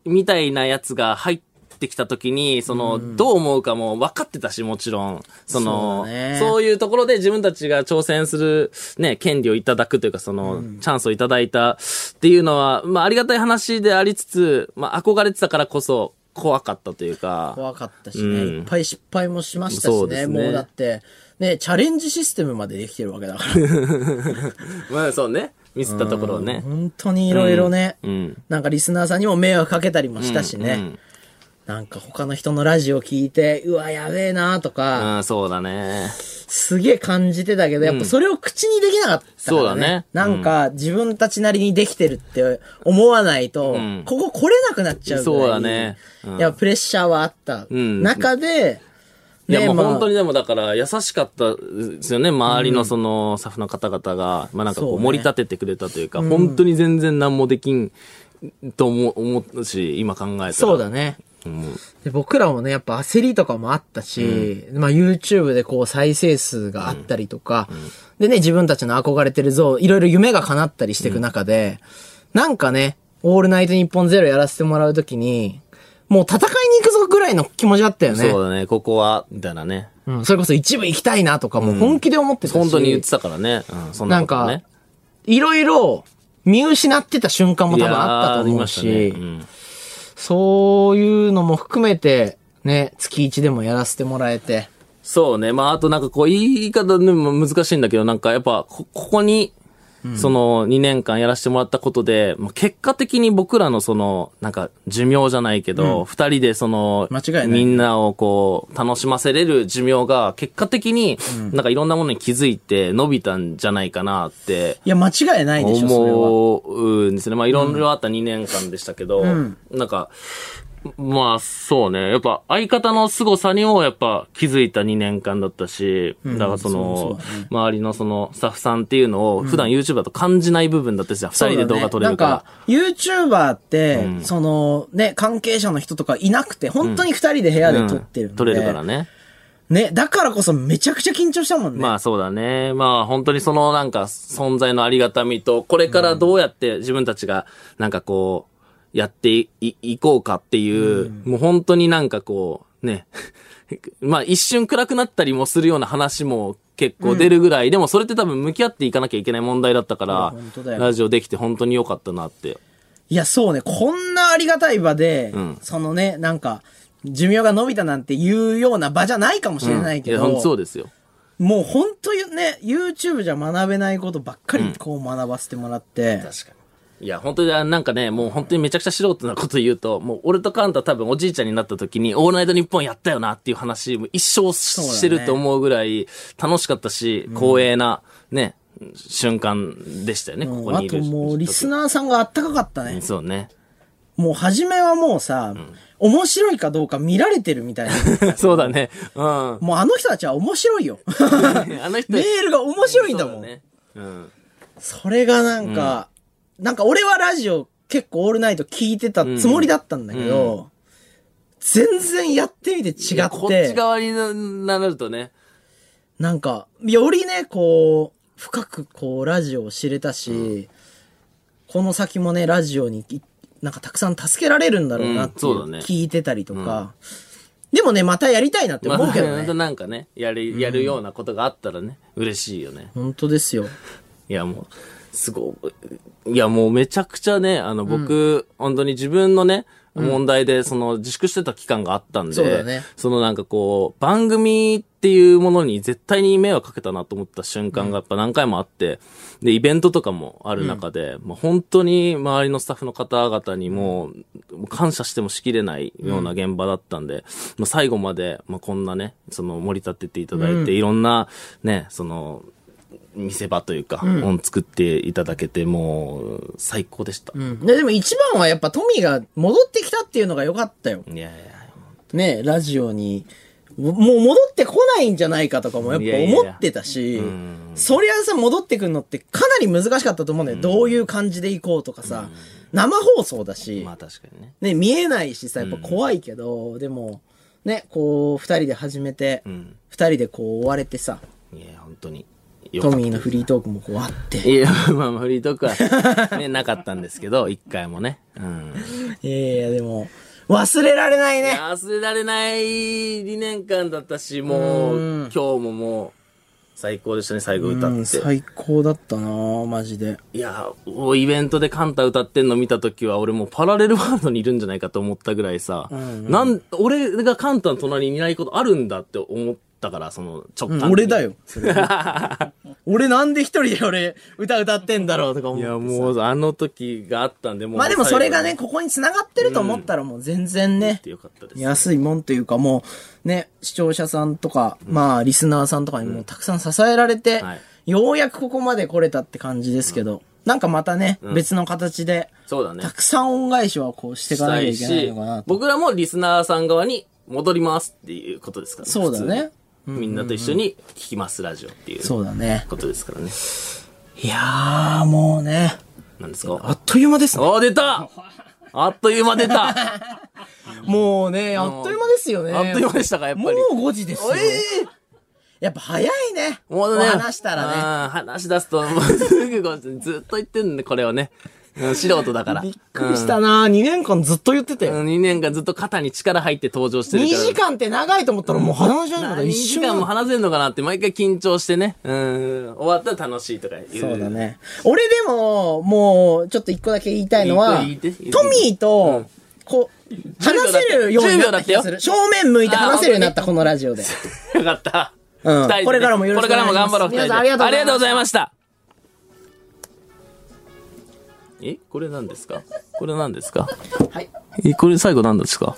みたいなやつが入ってきた時に、その、どう思うかも分かってたし、もちろん。その、そそうう,、だねいうところで自分たちが挑戦する、ね、権利をいただくというか、その、チャンスをいただいたっていうのは、まあ、ありがたい話でありつつ、まあ、憧れてたからこそ、怖かったというか。怖かったしね、うんいっぱい失敗もしましたそしうでねすねもうだってねチャレンジシステムまでできてるわけだからまあそうね。ミスったところをね。本当にいろいろね、うん。なんかリスナーさんにも迷惑かけたりもしたしね。うんなんか他の人のラジオ聞いて、うわ、やべえなとうか、ん。うん、そうだね。すげえ感じてたけど、やっぱそれを口にできなかったから、ね。そうだねなんか自分たちなりにできてるって思わないと、んここ来れなくなっちゃうぐらいそうだねうんやっぱプレッシャーはあった。うん中で、いや、もうまあ本当にでもだから優しかったですよね。周りのそのスタッフの方々が、まあなんかそうこうね盛り立ててくれたというか、本当に全然何もできんと思う思うし、今考えたら。そうだね。うん。で僕らもね、やっぱ焦りとかもあったし、まあ YouTube でこう再生数があったりとか、でね、自分たちの憧れてる像、いろいろ夢が叶ったりしていく中で、なんかね、オールナイトニッポンゼロやらせてもらうときに、もう戦いに行くぞぐらいの気持ちだったよね。そうだね。ここは、みたいなね。うん、それこそ一部行きたいなとかも本気で思ってたし、本当に言ってたからね。うん、そんなことね。いろいろ見失ってた瞬間も多分あったと思うし、いやーありましたねうんそういうのも含めて、ね、月1でもやらせてもらえて、そうね。まあ、あとなんかこう、言い方でも難しいんだけど、なんかやっぱ、こ、ここに、その2年間やらせてもらったことで、まあ結果的に僕らのその、なんか寿命じゃないけど、二、人でその、間違いないみんなをこう、楽しませれる寿命が、結果的に、なんかいろんなものに気づいて伸びたんじゃないかなって、いや、間違いないでしょ、それは。思うんですね。まあいろいろあった2年間でしたけど、なんか、まあそうね。やっぱ相方の凄さにもやっぱ気づいた2年間だったし、だからその、周りのそのスタッフさんっていうのを普段 YouTube だと感じない部分だったじゃん。2人で動画撮れるから。なんか、YouTuber って、その、ね、関係者の人とかいなくて、本当に二人で部屋で撮ってる、うんんで、撮れるから。ね。ね、だからこそめちゃくちゃ緊張したもんね。まあそうだね。まあ本当にそのなんか存在のありがたみと、これからどうやって自分たちがなんかこう、やっていいいこうかっていう、もう本当になんかこう、ね。 まあ一瞬暗くなったりもするような話も結構出るぐらい、でもそれって多分向き合っていかなきゃいけない問題だったから本当だ、よラジオできて本当に良かったなって。いや、そうね、こんなありがたい場で、んそのね、なんか、寿命が伸びたなんていうような場じゃないかもしれないけいやど、本当そうですよ。もう本当にね、YouTube じゃ学べないことばっかりこう学ばせてもらって、確かに。いや、本当にあ、なんかね、もう本当にめちゃくちゃ素人なこと言うと、もう俺とカンタ多分おじいちゃんになった時に、オールナイトニッポンやったよなっていう話、もう一生し,、そうだねてると思うぐらい楽しかったし、光栄な、ね、瞬間でしたよね、ここあにいとる。もうリスナナーさんがあったかかったね。そうね。 もう初めはもうさ、面白いかどうか見られてるみたいな。そうだね。 うん。あもうあの人たちは面白いよ。の人メールが面白いんだもん。そ,、そうね。うん。れがなんか、なんか俺はラジオ結構オールナイト聞いてたつもりだったんだけど、全然やってみて違っこってち、側になるとね。なんか、よりね、こう、深くこう、ラジオを知れたし、この先もね、ラジオにい、なんかたくさん助けられるんだろうなっていううんそうだね聞いてたりとか、でもね、またやりたいなってま思うあ、けどね。なんかね、やる、やるようなことがあったらね、嬉しいよね。本当ですよ。いや、もう、すごい。いや、もうめちゃくちゃね、あの、僕、本当に自分のね、問題で、その、自粛してた期間があったんで、そうだねそのなんかこう、番組っていうものに絶対に迷惑かけたなと思った瞬間がやっぱ何回もあって、で、イベントとかもある中で、もう本当に周りのスタッフの方々にもう、もう感謝してもしきれないような現場だったんで、もう最後まで、まあ、こんなね、その盛り立てていただいて、いろんな、ね、その、見せ場というか、本作っていただけて、もう、最高でした。ででも一番はやっぱトミーが戻ってきたっていうのが良かったよ。いやいや。ね、ラジオに。ももう戻ってこないんじゃないかとかもやっいやいやぱいや思ってたし、そりゃさ、戻ってくるのってかなり難しかったと思うんだよ。どういう感じで行こうとかさ、生放送だしま、あ確かにね。ね、見えないしさ、やっぱ怖いけど、でも、ね、こう、二人で始めて、二、ん人でこう追われてさ、いや、本当に。トよミーのフリートークもこうあって、いや、 まあ、フリートーク は、ね、なかったんですけど、一回もね。うん。いやいや、でも、忘れられないね。忘れられない2年間だったし、もう、今日ももう、最高でしたね、最後歌うっん、て。最高だったなマジで。いや、もうイベントでカンタ歌ってんの見たときは、俺もうパラレルワールドにいるんじゃないかと思ったぐらいさ、なん、俺がカンタの隣にいないことあるんだって思ったったから、その、う直ん感的に俺だよ。 それ俺なんで一人で俺歌歌ってんだろうとか思っいてさや、もう、あの時があったんで、もう。まあでもそれがね、最後ここに繋がってると思ったらもう全然ねに、てよかったです。安いもんというかもう、ね、視聴者さんとか、まあリスナーさんとかにもたくさん支えられてはい、ようやくここまで来れたって感じですけど、なんかまたね、別の形で、そうだねた。くさん恩返しはこうしていかなきゃいけないのかなと。僕らもリスナーさん側に戻りますっていうことですからね。そうだね普通に。みんなと一緒に聞きますラジオっていうそうだね。ことですからね。いやー、もうね、なんですかあっという間ですね。あー、出たあっという間出た あもうね、あっという間ですよね。っという間でしたか、やっぱもり。う5時ですよ。やっぱ早いね。もうね。話したらね。ね。話し出すと、もうすぐこう、ずっと言ってんね、これをね。うん素人だから。びっくりしたな二2年間ずっと言ってたよ。 2年間ずっと肩に力入って登場して2るから。時間って長いと思ったらもう話しないから2一時瞬間も話せんのかなって毎回緊張してね。うん。終わったら楽しいとか言う。そうだ。ね。俺でも、もう、ちょっと一個だけ言いたいのは、ト言って言って言ってミーと、こう、話せるようになった気がする。正面向いて話せるようになった、このラジオで。 よかった。うん二人でねこれからもよろしくお願いしますこれからも頑張ろう、二人で。皆さんありがとうございますありがとうございました。えこれ何ですかこれ何ですかはい。えこれ最後何ですか